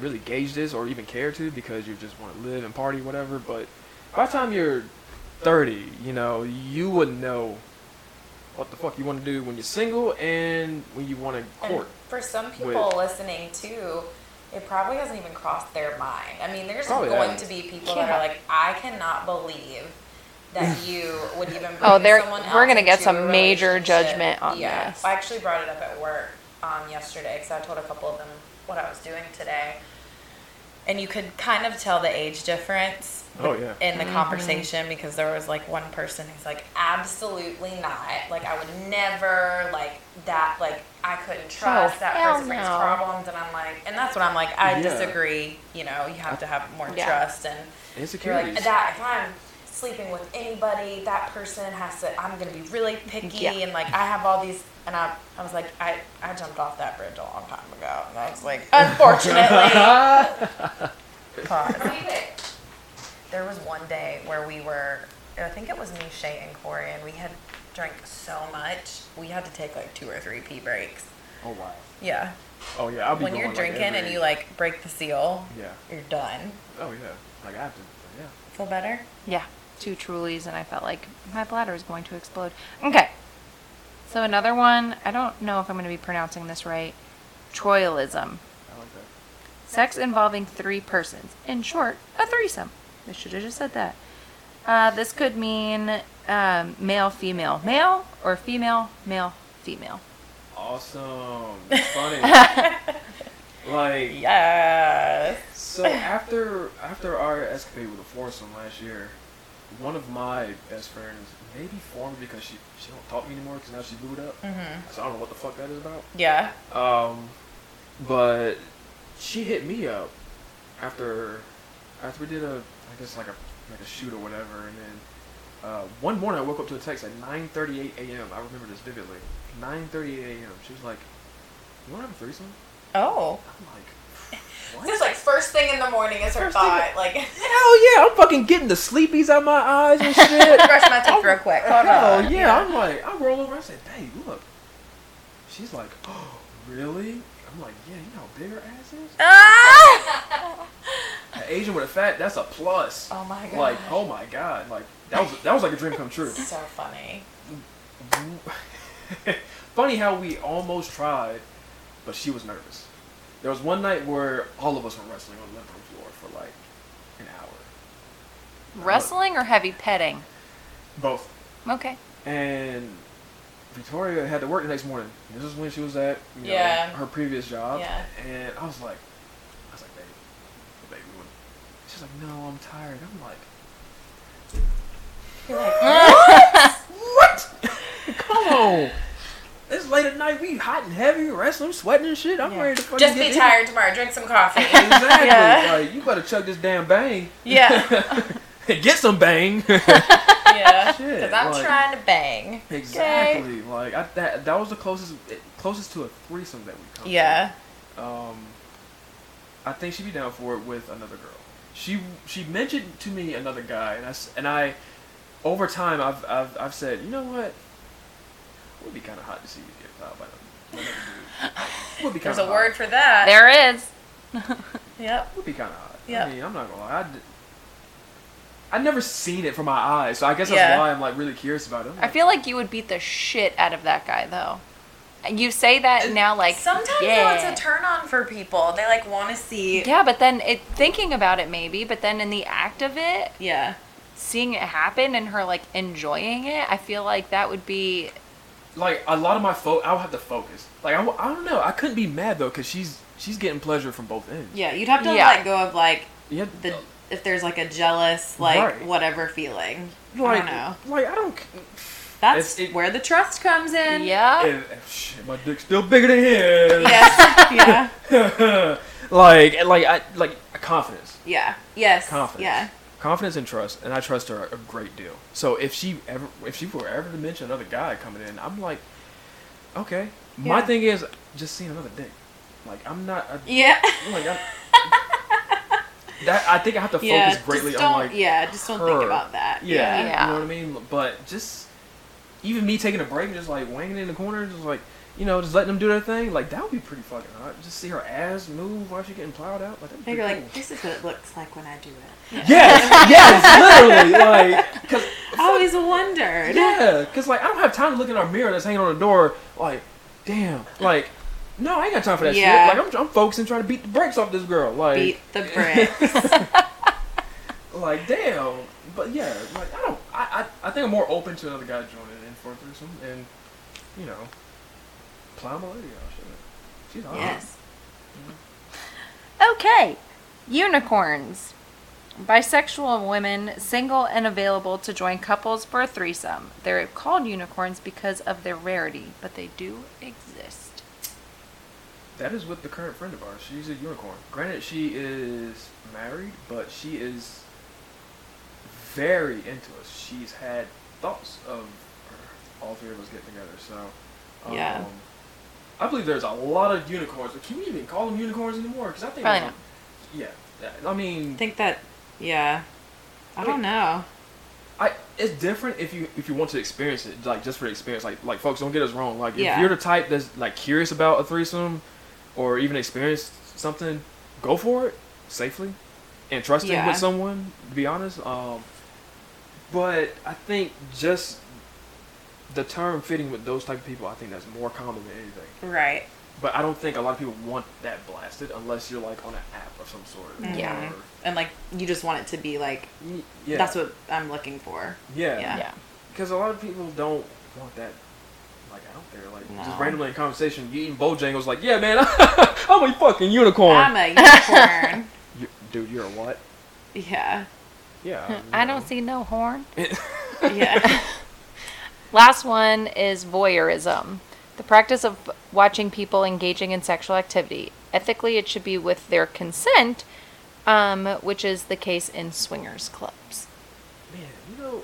Speaker 2: really gauge this or even care to because you just want to live and party whatever. But by the time you're thirty, you know you would know what the fuck you want to do when you're single and when you want to
Speaker 3: And
Speaker 2: court.
Speaker 3: for some people
Speaker 2: with-
Speaker 3: listening too, it probably hasn't even crossed their mind. I mean, there's
Speaker 2: Probably
Speaker 3: going to
Speaker 2: hasn't.
Speaker 3: be people that
Speaker 1: Yeah.
Speaker 3: are like, I cannot believe that you would even. Bring
Speaker 1: Oh, there-
Speaker 3: someone
Speaker 1: we're
Speaker 3: else
Speaker 1: gonna get
Speaker 3: into
Speaker 1: some
Speaker 3: a
Speaker 1: major
Speaker 3: relationship."
Speaker 1: judgment on
Speaker 3: yeah.
Speaker 1: this.
Speaker 3: I actually brought it up at work um, yesterday because I told a couple of them what I was doing today, and you could kind of tell the age difference
Speaker 2: Oh yeah.
Speaker 3: in the
Speaker 1: Mm-hmm.
Speaker 3: conversation because there was like one person who's like absolutely not like i would never like that like i couldn't trust that
Speaker 1: Oh, hell
Speaker 3: person brings
Speaker 1: no.
Speaker 3: problems and i'm like and that's what i'm like i
Speaker 2: Yeah.
Speaker 3: disagree you know you have to have more
Speaker 1: Yeah.
Speaker 3: trust and you're
Speaker 2: Insecurities.
Speaker 3: like that if i'm sleeping with anybody that person has to i'm gonna be really picky
Speaker 1: Yeah.
Speaker 3: and like i have all these and I, I was like I, I jumped off that bridge a long time ago and i was like unfortunately Pause. There was one day where we were, I think it was me, Shay, and Corey, and we had drank so much, we had to take like two or three pee breaks.
Speaker 2: oh wow.
Speaker 3: Yeah.
Speaker 2: Oh yeah. I'll be
Speaker 3: When
Speaker 2: going,
Speaker 3: you're
Speaker 2: like,
Speaker 3: drinking and
Speaker 2: every-
Speaker 3: you like break the seal,
Speaker 2: Yeah.
Speaker 3: you're done.
Speaker 2: Oh yeah. Like I have to. Yeah.
Speaker 3: Feel better?
Speaker 1: Yeah, two Trulies, and I felt like my bladder is going to explode. Okay. So another one, I don't know if I'm going to be pronouncing this right. Troilism.
Speaker 2: I like that.
Speaker 1: Sex involving three persons. In short, a threesome. I should have just said that. Uh, this could mean um, male, female, male, or female, male, female.
Speaker 2: Awesome. Funny. like.
Speaker 3: Yes.
Speaker 2: So after after our escapade with the foursome last year, one of my best friends maybe formed because she she don't talk to me anymore because now she booed up.
Speaker 3: Mm-hmm.
Speaker 2: So I don't know what the fuck that is about.
Speaker 3: Yeah.
Speaker 2: Um, but she hit me up after after we did a I guess like a like a shoot or whatever, and then uh, one morning I woke up to a text at 9:38 a.m. I remember this vividly. 9:38 a.m. She was like, "You want to have a threesome?"
Speaker 3: Oh.
Speaker 2: I'm like,
Speaker 3: This is like first thing in the morning is her
Speaker 2: First thing-
Speaker 3: thought. Like,
Speaker 2: "Hell yeah! I'm fucking getting the sleepies out my eyes and shit."
Speaker 3: brush my teeth real quick. Hold
Speaker 2: Hell
Speaker 3: on.
Speaker 2: Oh, yeah. I'm like, I roll over. I said, "Hey, look." She's like, "Oh, really?" I'm like, "Yeah, you know how big her ass is."
Speaker 3: Ah!
Speaker 2: An Asian with a fat, that's a plus.
Speaker 3: Oh my god.
Speaker 2: like, oh my god, like that was that was like a dream come true.
Speaker 3: So funny.
Speaker 2: Funny how we almost tried, but she was nervous. There was one night where all of us were wrestling on the living room floor for like an hour,
Speaker 1: Wrestling or heavy petting?
Speaker 2: both.
Speaker 1: Okay.
Speaker 2: And Victoria had to work the next morning. This is when she was at you know,
Speaker 3: Yeah.
Speaker 2: her previous job.
Speaker 3: Yeah.
Speaker 2: And I was like, I was like, babe, babe, we want. She's like, no, I'm tired. I'm like,
Speaker 3: You're like,
Speaker 2: What? Come on. It's late at night. We hot and heavy, wrestling, sweating and shit. I'm
Speaker 3: Yeah.
Speaker 2: ready to fucking
Speaker 3: Just
Speaker 2: get
Speaker 3: be
Speaker 2: in.
Speaker 3: tired tomorrow. Drink some coffee.
Speaker 2: Exactly.
Speaker 3: Yeah.
Speaker 2: Like you better chuck this damn bang.
Speaker 3: Yeah.
Speaker 2: get some bang.
Speaker 3: yeah.
Speaker 2: Shit,
Speaker 3: Because I'm
Speaker 2: like-
Speaker 3: trying to bang.
Speaker 2: exactly. Like I, that. That was the closest, closest to a threesome that we come. to.
Speaker 3: Yeah.
Speaker 2: Um, I think she'd be down for it with another girl. She she mentioned to me another guy, and I s- and I over time I've I've, I've said, you know what, it would be kind of hot to see you get plowed by another another dude. It would be kind
Speaker 3: There's
Speaker 2: of
Speaker 3: a word for that.
Speaker 1: There is.
Speaker 3: Yep.
Speaker 2: would be kind of hot.
Speaker 3: Yeah.
Speaker 2: I mean, I'm not gonna lie. I d- I've never seen it from my eyes, so I guess that's
Speaker 3: Yeah.
Speaker 2: why I'm like really curious about it. I'm
Speaker 1: I
Speaker 2: like,
Speaker 1: feel like you would beat the shit out of that guy, though. You say that now, like
Speaker 3: Sometimes
Speaker 1: yeah.
Speaker 3: though, it's a turn on for people. They like want to see.
Speaker 1: Yeah, but then it thinking about it maybe, but then in the act of it,
Speaker 3: Yeah.
Speaker 1: seeing it happen and her like enjoying it, I feel like that would be
Speaker 2: like a lot of my fo- I'll have to focus. Like I, w- I don't know. I couldn't be mad though, cause she's she's getting pleasure from both ends.
Speaker 3: Yeah. You'd have
Speaker 1: to Yeah. let
Speaker 3: go of like
Speaker 2: Yeah.
Speaker 3: if there's like a jealous
Speaker 2: like, Right.
Speaker 3: whatever feeling.
Speaker 2: like, like I don't. c- That's It's- it-
Speaker 3: where the trust comes in.
Speaker 1: yeah.
Speaker 2: And, and shit, my dick's still bigger than his.
Speaker 3: Yes. yeah.
Speaker 2: like, like I like confidence,
Speaker 3: Yeah. Yes.
Speaker 2: confidence, confidence and trust, and I trust her a great deal. So if she ever, if she were ever to mention another guy coming in, I'm like, okay. My
Speaker 3: Yeah.
Speaker 2: thing is just seeing another dick. Like I'm not. A,
Speaker 3: Yeah.
Speaker 2: I'm like I'm, that. I think I have to focus greatly on like
Speaker 3: yeah. Just
Speaker 2: her.
Speaker 3: that.
Speaker 2: Yeah,
Speaker 1: Yeah.
Speaker 2: You know what I mean? But just even me taking a break and just like wanging in the corner, just like, you know, just letting them do their thing, like that would be pretty fucking hot. Just see her ass move while she getting plowed out. Like that'd be
Speaker 3: Maybe
Speaker 2: pretty
Speaker 3: like, this is what it looks like when I do it.
Speaker 2: cool. Yes, yes, literally. Like, cause
Speaker 3: I always wondered.
Speaker 2: Oh, Yeah, cause like I don't have time to look in our mirror that's hanging on the door. Like, damn, like, no, I ain't got time for that
Speaker 3: Yeah.
Speaker 2: shit. Like, I'm, I'm focused and trying to beat the brakes off this girl. Like,
Speaker 3: Beat the
Speaker 2: Uh-huh.
Speaker 3: bricks.
Speaker 2: like damn. But yeah, like I don't. I, I I think I'm more open to another guy joining in for a threesome and, you know, plow my lady out. Shit. She's hot.
Speaker 3: yes.
Speaker 1: Okay. Unicorns. Bisexual women, single and available to join couples for a threesome. They're called unicorns because of their rarity, but they do exist.
Speaker 2: That is with the current friend of ours. She's a unicorn. Granted, she is married, but she is very into us. She's had thoughts of all three of us getting together. So, um,
Speaker 3: Yeah.
Speaker 2: I believe there's a lot of unicorns. But can we even call them unicorns anymore? Because I think
Speaker 1: Probably not.
Speaker 2: Yeah, that- I mean,
Speaker 3: I think that, yeah. I don't know.
Speaker 2: I it's different if you if you want to experience it, like just for the experience. Like like folks, don't get us wrong. Like
Speaker 3: Yeah.
Speaker 2: if you're the type that's like curious about a threesome, or even experienced something, go for it safely, and trusting
Speaker 3: Yeah.
Speaker 2: with someone. To be honest, um, but I think just the term fitting with those type of people, I think that's more common than anything.
Speaker 3: Right.
Speaker 2: But I don't think a lot of people want that blasted unless you're like on an app of some sort.
Speaker 3: Yeah.
Speaker 2: or-
Speaker 3: And like, you just want it to be like,
Speaker 2: y- yeah.
Speaker 3: that's what I'm looking for.
Speaker 2: Yeah.
Speaker 3: Yeah.
Speaker 2: Because a lot of people don't want that, like out there, like just
Speaker 3: No.
Speaker 2: randomly in conversation, you eating Bojangles, like, yeah, man, I'm a fucking unicorn.
Speaker 3: I'm a unicorn.
Speaker 2: You- dude, you're a what?
Speaker 3: yeah.
Speaker 2: Yeah.
Speaker 1: I don't see no horn.
Speaker 3: Yeah.
Speaker 1: Last one is voyeurism the practice of watching people engaging in sexual activity. Ethically, it should be with their consent, um, which is the case in swingers clubs.
Speaker 2: Man, you know,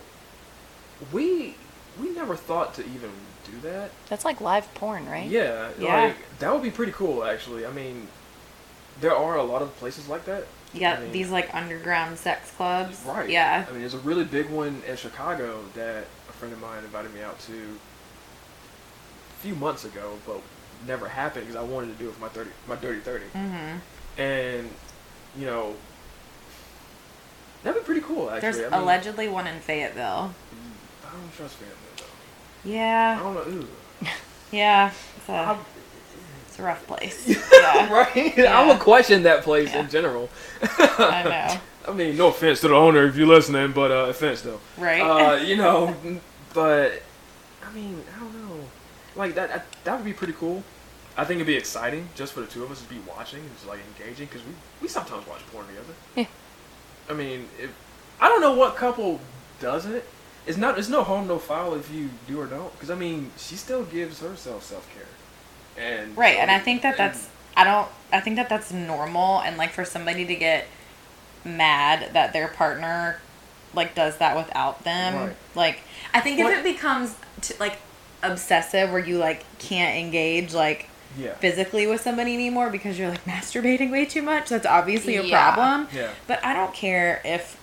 Speaker 2: we we never thought to even do that.
Speaker 1: That's like live porn, right?
Speaker 2: Yeah.
Speaker 3: Yeah.
Speaker 2: Like, that would be pretty cool, actually. I mean, there are a lot of places like that.
Speaker 3: You got
Speaker 2: I mean-
Speaker 3: these like underground sex clubs.
Speaker 2: Right.
Speaker 3: Yeah.
Speaker 2: I mean, there's a really big one in Chicago that a friend of mine invited me out to a few months ago, but never happened because I wanted to do it for my thirty, my dirty thirty,
Speaker 3: Mm-hmm.
Speaker 2: and you know, that'd be pretty cool. Actually,
Speaker 3: There's
Speaker 2: I mean,
Speaker 3: allegedly one in Fayetteville.
Speaker 2: I don't trust family though. I
Speaker 3: Yeah.
Speaker 2: don't know. Ooh.
Speaker 3: Yeah. It's a,
Speaker 2: I-
Speaker 3: it's a rough place. Yeah.
Speaker 2: right?
Speaker 3: Uh,
Speaker 2: I
Speaker 3: Yeah.
Speaker 2: would question that place
Speaker 3: Yeah.
Speaker 2: in general.
Speaker 3: I know.
Speaker 2: I mean, no offense to the owner if you're listening, but uh, offense though.
Speaker 3: Right?
Speaker 2: Uh, you know, but I mean, I don't know. Like that, that, that would be pretty cool. I think it'd be exciting just for the two of us to be watching, and just like engaging, because we we sometimes watch porn together.
Speaker 1: Yeah.
Speaker 2: I mean, if, I don't know what couple doesn't. It's not. It's no harm, no foul if you do or don't. Because I mean, she still gives herself self care. And
Speaker 3: Right, and I think that
Speaker 2: and-
Speaker 3: that's I don't I think that that's normal and like for somebody to get mad that their partner like does that without them.
Speaker 2: Right.
Speaker 3: Like
Speaker 4: I think
Speaker 3: What-
Speaker 4: if it becomes t- like
Speaker 3: obsessive where you like can't engage like
Speaker 2: yeah.
Speaker 3: physically with somebody anymore because you're like masturbating way too much. That's obviously a
Speaker 1: Yeah.
Speaker 3: problem.
Speaker 2: Yeah.
Speaker 3: But I don't care if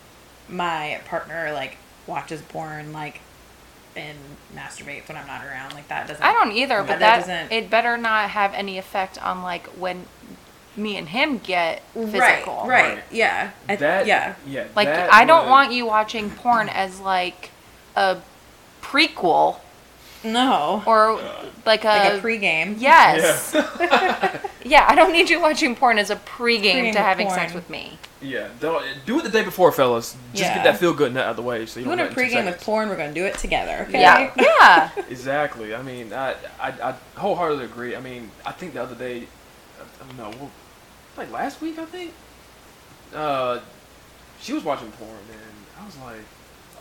Speaker 3: my partner like watches porn like and masturbates when I'm not around. Like that doesn't
Speaker 1: I don't either,
Speaker 3: Yeah,
Speaker 1: but
Speaker 3: that
Speaker 1: that,
Speaker 3: doesn't-
Speaker 1: it better not have any effect on like when me and him get physical.
Speaker 3: Right, right.
Speaker 2: Right.
Speaker 3: Yeah. I,
Speaker 2: that
Speaker 3: yeah.
Speaker 2: yeah.
Speaker 1: Like
Speaker 2: that
Speaker 1: I don't
Speaker 2: would-
Speaker 1: want you watching porn as like a prequel
Speaker 3: No.
Speaker 1: or like a,
Speaker 3: like a pregame.
Speaker 1: yes. Yeah. I don't need you watching porn as a pregame
Speaker 3: Pregame
Speaker 1: to having
Speaker 3: porn.
Speaker 1: sex with me.
Speaker 2: Yeah, don't, do it the day before, fellas. Just
Speaker 3: Yeah.
Speaker 2: get that feel good nut out of the way, so you
Speaker 3: You
Speaker 2: don't.
Speaker 3: want to
Speaker 2: get it in two
Speaker 3: pregame with
Speaker 2: seconds.
Speaker 3: porn? We're gonna do it together. Okay.
Speaker 1: Yeah. Yeah.
Speaker 2: Exactly. I mean, I, I I wholeheartedly agree. I mean, I think the other day, I, I don't know, well, like last week, I think. Uh, she was watching porn, and I was like,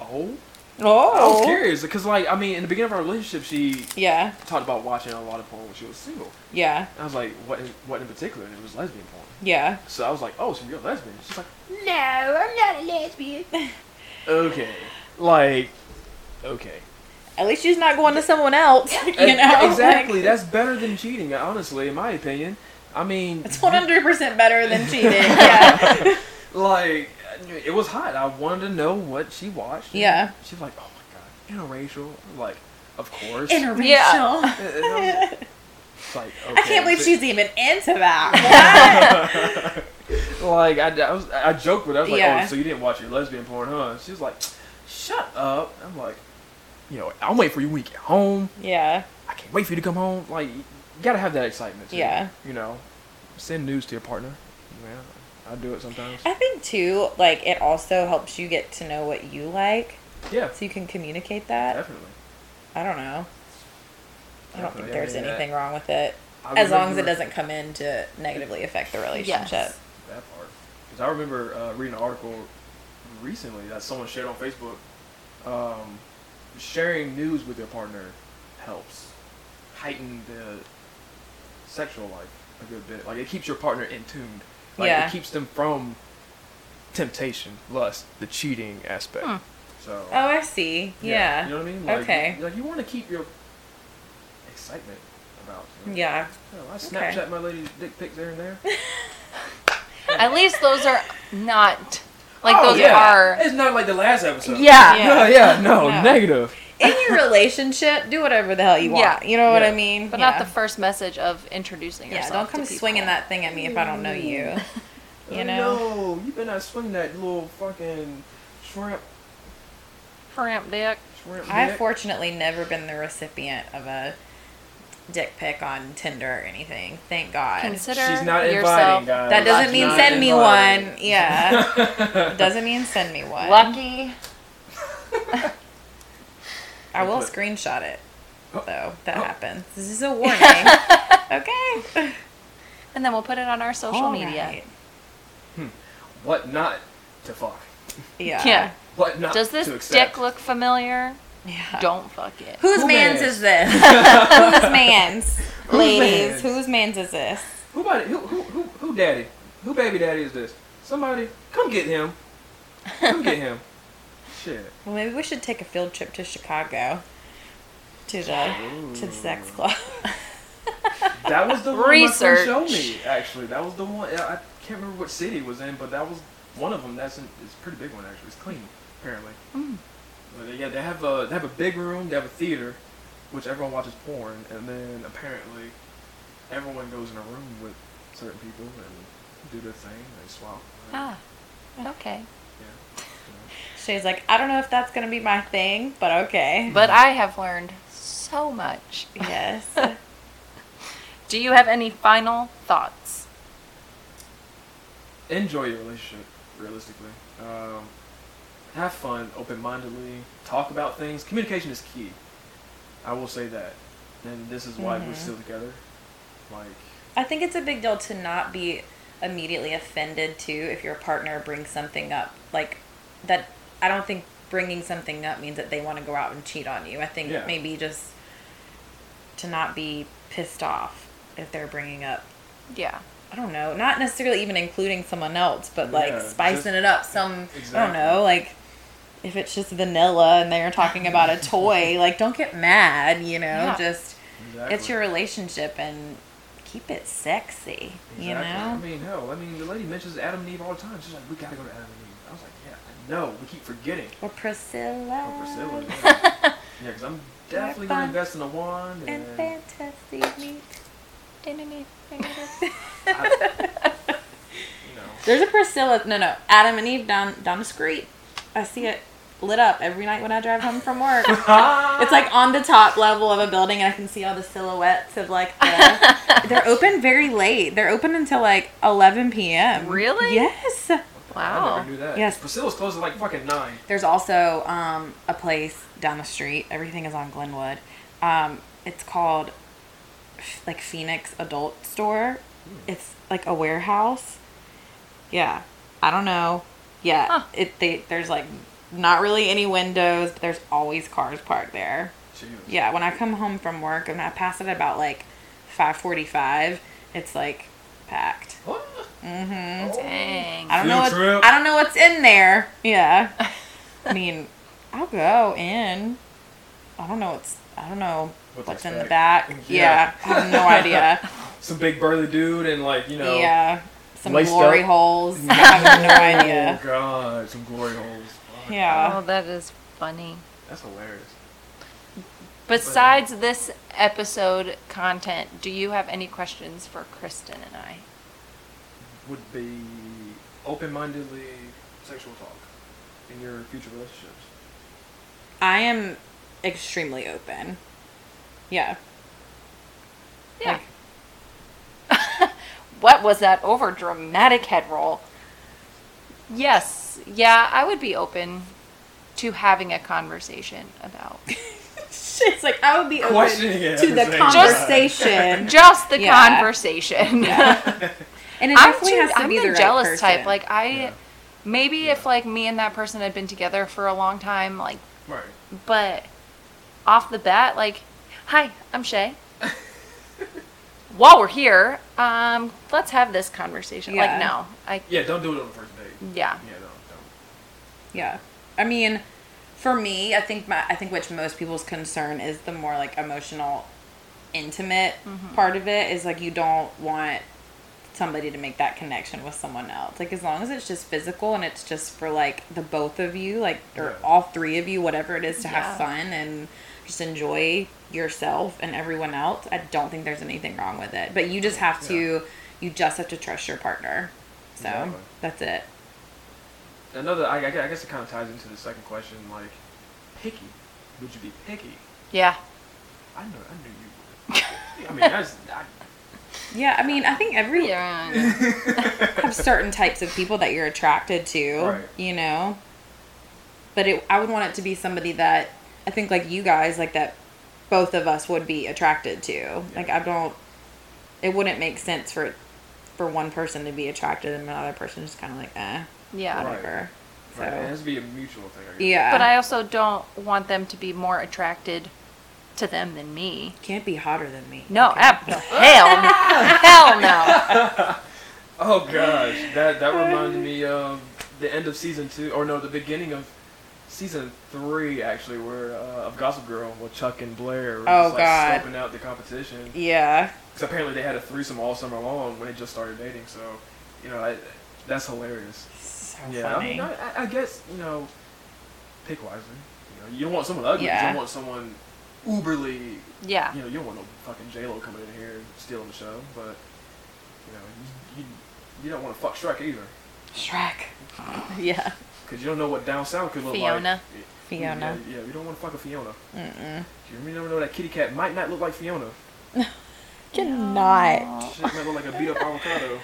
Speaker 2: oh. I was
Speaker 3: Oh.
Speaker 2: curious because, like, I mean, in the beginning of our relationship, she
Speaker 3: Yeah.
Speaker 2: talked about watching a lot of porn when she was single.
Speaker 3: Yeah.
Speaker 2: And I was like, what? In, what in particular? And it was lesbian porn.
Speaker 3: Yeah.
Speaker 2: So I was like, oh, so you're a lesbian? She's like.
Speaker 5: No, I'm not a lesbian.
Speaker 2: okay. Like, okay.
Speaker 3: At least she's not going to someone else. You
Speaker 2: E-
Speaker 3: know.
Speaker 2: exactly.
Speaker 3: Like,
Speaker 2: That's better than cheating, honestly, in my opinion. I mean,
Speaker 3: it's one hundred percent better than cheating. Yeah.
Speaker 2: like, it was hot. I wanted to know what she watched. and
Speaker 3: Yeah.
Speaker 2: She's like, oh my god, interracial. I'm like, of course.
Speaker 3: Interracial.
Speaker 1: Yeah.
Speaker 2: And- and I was it's like,
Speaker 3: I can't believe she's even into that.
Speaker 2: she's. like I, I was, I joked with her. I was like,
Speaker 3: Yeah.
Speaker 2: "Oh, so you didn't watch your lesbian porn, huh?" She was like, shut up. I'm like, you know, I'll wait for you when you get home.
Speaker 3: Yeah.
Speaker 2: I can't wait for you to come home. Like, you gotta have that excitement. too,
Speaker 3: Yeah.
Speaker 2: You know, send news to your partner. Yeah, I do it sometimes.
Speaker 3: I think too, like it also helps you get to know what you like,
Speaker 2: Yeah,
Speaker 3: so you can communicate that.
Speaker 2: definitely.
Speaker 3: I don't know. I don't think
Speaker 2: Definitely, I
Speaker 3: there's
Speaker 2: mean, that-
Speaker 3: anything wrong with it,
Speaker 2: I
Speaker 3: as long as it
Speaker 2: remember-
Speaker 3: doesn't come in to negatively affect the relationship.
Speaker 1: Yes.
Speaker 2: That part. Because I remember uh, reading an article recently that someone shared on Facebook. Um, sharing news with your partner helps heighten the sexual life a good bit. Like it keeps your partner in tune. Like
Speaker 3: Yeah.
Speaker 2: it keeps them from temptation, lust, the cheating aspect.
Speaker 1: Hmm.
Speaker 2: So.
Speaker 3: Oh, I see. Yeah.
Speaker 2: You know what I mean? Like,
Speaker 3: Okay.
Speaker 2: You, like you want to keep your excitement about. You know?
Speaker 3: Yeah.
Speaker 2: Hell, I
Speaker 3: Okay.
Speaker 2: Snapchat my lady's dick pics there and there.
Speaker 1: At least those are not like
Speaker 2: Oh,
Speaker 1: those
Speaker 2: yeah.
Speaker 1: are.
Speaker 2: It's not like the last episode.
Speaker 1: Yeah.
Speaker 2: No, yeah, no,
Speaker 3: No.
Speaker 2: negative.
Speaker 3: In your relationship, do whatever the hell you want.
Speaker 1: Yeah.
Speaker 3: You know what
Speaker 2: Yeah.
Speaker 3: I mean?
Speaker 1: But
Speaker 3: Yeah.
Speaker 1: not the first message of introducing
Speaker 3: Yeah,
Speaker 1: yourself.
Speaker 3: don't come
Speaker 1: to people. Mm.
Speaker 3: swinging that thing at me if I don't know you. You know?
Speaker 2: No, you better not swing that little fucking shrimp.
Speaker 1: Cramp dick.
Speaker 2: shrimp
Speaker 3: I've
Speaker 2: dick.
Speaker 3: fortunately never been the recipient of a dick pic on Tinder or anything. Thank God.
Speaker 1: Consider
Speaker 2: She's not
Speaker 1: yourself
Speaker 2: inviting, guys.
Speaker 3: that doesn't
Speaker 2: She's
Speaker 3: mean
Speaker 2: not
Speaker 3: send me
Speaker 2: inviting.
Speaker 3: one. Yeah. doesn't mean send me one.
Speaker 1: lucky.
Speaker 3: I will
Speaker 2: But-
Speaker 3: screenshot it.
Speaker 2: Oh,
Speaker 3: Though that
Speaker 2: oh.
Speaker 3: happens. This is a warning. okay.
Speaker 1: And then we'll put it on our social
Speaker 3: All
Speaker 1: media.
Speaker 3: right.
Speaker 2: What not to fuck?
Speaker 3: Yeah.
Speaker 1: Yeah.
Speaker 2: What not
Speaker 1: Does this
Speaker 2: to
Speaker 1: dick
Speaker 2: accept?
Speaker 1: look familiar?
Speaker 3: Yeah.
Speaker 1: Don't fuck it.
Speaker 3: Whose
Speaker 2: Who
Speaker 3: man's
Speaker 2: mans?
Speaker 3: is this? Whose man's?
Speaker 2: Whose
Speaker 3: Ladies,
Speaker 2: mans?
Speaker 3: whose man's is this?
Speaker 2: Who, body, who, who, who, who daddy? Who baby daddy is this? Somebody, come get him. Come get him. Shit.
Speaker 3: Well, maybe we should take a field trip to Chicago. To the to the sex club.
Speaker 2: That was the one my friend
Speaker 1: Research.
Speaker 2: showed me. Actually, that was the one. I I can't remember what city it was in, but that was one of them. That's in, it's a pretty big one actually. It's clean apparently.
Speaker 1: Hmm.
Speaker 2: But uh, yeah, they have a they have a big room. They have a theater, which everyone watches porn, and then apparently everyone goes in a room with certain people and do their thing. They swap.
Speaker 1: Ah, okay.
Speaker 2: Yeah.
Speaker 3: She's like, I don't know if that's gonna be my thing, but okay.
Speaker 1: But I have learned so much.
Speaker 3: yes.
Speaker 1: Do you have any final thoughts?
Speaker 2: Enjoy your relationship, realistically. Um, have fun, open-mindedly. Talk about things. Communication is key. I will say that, and this is why
Speaker 3: Mm-hmm.
Speaker 2: we're still together. Like,
Speaker 3: I think it's a big deal to not be immediately offended too if your partner brings something up. Like that I don't think bringing something up means that they want to go out and cheat on you. I think
Speaker 2: Yeah.
Speaker 3: maybe just to not be pissed off if they're bringing up
Speaker 1: Yeah.
Speaker 3: I don't know, not necessarily even including someone else, but like
Speaker 2: Yeah,
Speaker 3: spicing
Speaker 2: just-
Speaker 3: it up. Some I don't
Speaker 2: Exactly.
Speaker 3: know, like if it's just vanilla and they're talking about a toy, like don't get mad, you know.
Speaker 1: Yeah.
Speaker 3: Just
Speaker 2: exactly.
Speaker 3: it's your relationship and keep it sexy, you
Speaker 2: Exactly. I
Speaker 3: know.
Speaker 2: mean, hell, I mean, the lady mentions Adam and Eve all the time. She's like, we gotta go to Adam and Eve. I was like, yeah, I know. We keep forgetting.
Speaker 3: Or Priscilla,
Speaker 2: Oh, Priscilla. Yeah, because I'm definitely gonna
Speaker 3: fun.
Speaker 2: invest in a wand.
Speaker 3: and
Speaker 2: And,
Speaker 3: Fantasy Meet.
Speaker 2: you know,
Speaker 3: There's a Priscilla. No, no, Adam and Eve down down the street. I see it lit up every night when I drive home from work. It's like on the top level of a building, and I can see all the silhouettes of like the. they're open very late. They're open until like 11 p.m.
Speaker 1: Really?
Speaker 3: Yes.
Speaker 2: I
Speaker 1: Wow.
Speaker 2: never knew that.
Speaker 3: Oh. Yes.
Speaker 2: Priscilla's closed at like fucking nine.
Speaker 3: There's also um, a place down the street. Everything is on Glenwood. Um, it's called like Phoenix Adult Store.
Speaker 1: Hmm.
Speaker 3: It's like a warehouse. Yeah. I don't know. Yeah.
Speaker 1: Huh.
Speaker 3: It they there's like not really any windows, but there's always cars parked there.
Speaker 2: Jesus.
Speaker 3: Yeah, when I come home from work and I pass it about like 5:45, it's like packed.
Speaker 2: What? Mm-hmm.
Speaker 1: Dang.
Speaker 3: I don't know
Speaker 2: Field
Speaker 3: what's,
Speaker 2: trip.
Speaker 3: I don't know what's in there. Yeah. I mean, I'll go in. I don't know what's I don't know
Speaker 2: What's
Speaker 3: what's, in the
Speaker 2: expect-
Speaker 3: back.
Speaker 2: Yeah.
Speaker 3: Yeah. I have no idea.
Speaker 2: Some big burly dude and like you know.
Speaker 3: Yeah. Some
Speaker 2: Laced
Speaker 3: glory
Speaker 2: up.
Speaker 3: holes. I have no idea.
Speaker 2: Oh god, some glory holes. Fuck.
Speaker 1: Oh,
Speaker 3: Yeah.
Speaker 1: that is funny.
Speaker 2: That's hilarious.
Speaker 1: Besides this episode content, do you have any questions for Kristen and I?
Speaker 2: Would be open-mindedly sexual talk in your future relationships.
Speaker 3: I am extremely open. Yeah.
Speaker 1: Yeah. what was that over dramatic head roll? Yes. Yeah, I would be open to having a conversation about
Speaker 3: It's like I would be open
Speaker 2: Questioning it
Speaker 3: to
Speaker 2: at
Speaker 3: the
Speaker 2: the same time.
Speaker 3: conversation.
Speaker 1: just the
Speaker 3: Yeah.
Speaker 1: conversation.
Speaker 3: and it
Speaker 1: I'm
Speaker 3: definitely
Speaker 1: too-
Speaker 3: has to
Speaker 1: I'm
Speaker 3: be
Speaker 1: the,
Speaker 3: right
Speaker 1: jealous
Speaker 3: person.
Speaker 1: type. Like I,
Speaker 2: Yeah.
Speaker 1: maybe if like me and that person had been together for a long time, like,
Speaker 2: Right.
Speaker 1: but off the bat, like, hi, I'm Shay. While we're here, um, let's have this conversation.
Speaker 3: Yeah.
Speaker 1: Like, no, I,
Speaker 2: Yeah, don't do it on the first date.
Speaker 1: yeah,
Speaker 2: Yeah, don't,
Speaker 3: Yeah. I mean, for me, I think my I think which most people's concern is the more like emotional intimate
Speaker 1: Mm-hmm.
Speaker 3: part of it is like you don't want somebody to make that connection with someone else. Like as long as it's just physical and it's just for like the both of you, like or
Speaker 2: Yeah.
Speaker 3: all three of you, whatever it is to
Speaker 1: Yeah.
Speaker 3: have fun and just enjoy yourself and everyone else. I don't think there's anything wrong with it. But you just have to you just have to trust your partner. So
Speaker 2: Exactly.
Speaker 3: that's it.
Speaker 2: don't. Another, I, I guess it kind of ties into the second question, like, picky. Would you be picky?
Speaker 1: yeah.
Speaker 2: I know, I knew you would. I mean, that's, I,
Speaker 3: Yeah, I mean I think every
Speaker 1: yeah.
Speaker 3: have certain types of people that you're attracted to,
Speaker 2: Right.
Speaker 3: you know. But it, I would want it to be somebody that I think, like you guys, like that both of us would be attracted to. Like I don't, it wouldn't make sense for for one person to be attracted and another person just kind of like, eh,
Speaker 1: Yeah.
Speaker 2: Right.
Speaker 3: whatever. So
Speaker 2: right, it has to be a mutual thing. I guess.
Speaker 3: yeah,
Speaker 1: But I also don't want them to be more attracted to them than me.
Speaker 3: can't be hotter than me.
Speaker 1: No,
Speaker 3: Okay.
Speaker 1: ab- no hell, no. hell no.
Speaker 2: Oh gosh, that that reminds me of the end of season two, or no, the beginning of season three actually, where uh, of Gossip Girl with Chuck and Blair, were
Speaker 3: Oh,
Speaker 2: just, like,
Speaker 3: God.
Speaker 2: scoping out the competition.
Speaker 3: yeah,
Speaker 2: 'Cause apparently they had a threesome all summer long when they just started dating. So, you know, I, that's hilarious.
Speaker 3: so
Speaker 2: yeah, I,
Speaker 3: funny.
Speaker 2: mean, I, I- I guess you know, pick wisely. You know, you don't want someone ugly. but You
Speaker 3: Yeah.
Speaker 2: don't want someone uberly.
Speaker 1: Yeah.
Speaker 2: You know, you don't want no fucking J Lo coming in here and stealing the show. But you know, you you, you don't want to fuck Shrek either.
Speaker 3: Shrek. yeah,
Speaker 2: Because you don't know what down south could look
Speaker 1: Fiona.
Speaker 2: like.
Speaker 3: Fiona.
Speaker 2: Yeah, yeah, you don't want to fuck a Fiona. Mm-mm. You remember though that kitty cat might not look like Fiona.
Speaker 3: Cannot.
Speaker 2: Shit might look like a beat up avocado.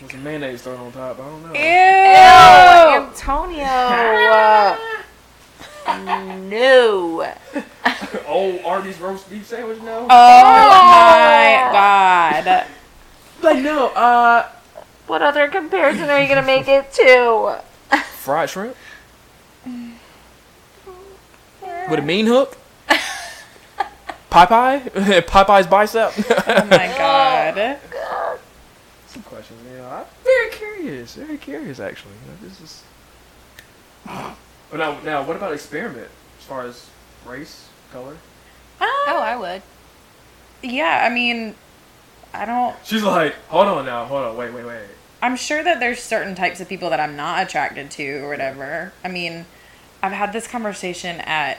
Speaker 2: With some mayonnaise thrown on top. I don't know.
Speaker 1: Ew, Antonio. no.
Speaker 2: Old Oh, Arby's roast beef sandwich now.
Speaker 3: Oh my god.
Speaker 2: but no, uh.
Speaker 1: What other comparison are you gonna make it to?
Speaker 2: Fried shrimp? With a mean hook? Popeye? Popeye's bicep?
Speaker 3: Oh my god.
Speaker 2: Some questions, you know. I'm very curious, very curious actually. You know, this is. But now, now, what about experiment as far as race, color?
Speaker 1: Oh, I would.
Speaker 3: Ah, Yeah, I mean, I don't.
Speaker 2: She's like, hold on now, hold on, wait, wait, wait.
Speaker 3: I'm sure that there's certain types of people that I'm not attracted to or whatever. I mean, I've had this conversation at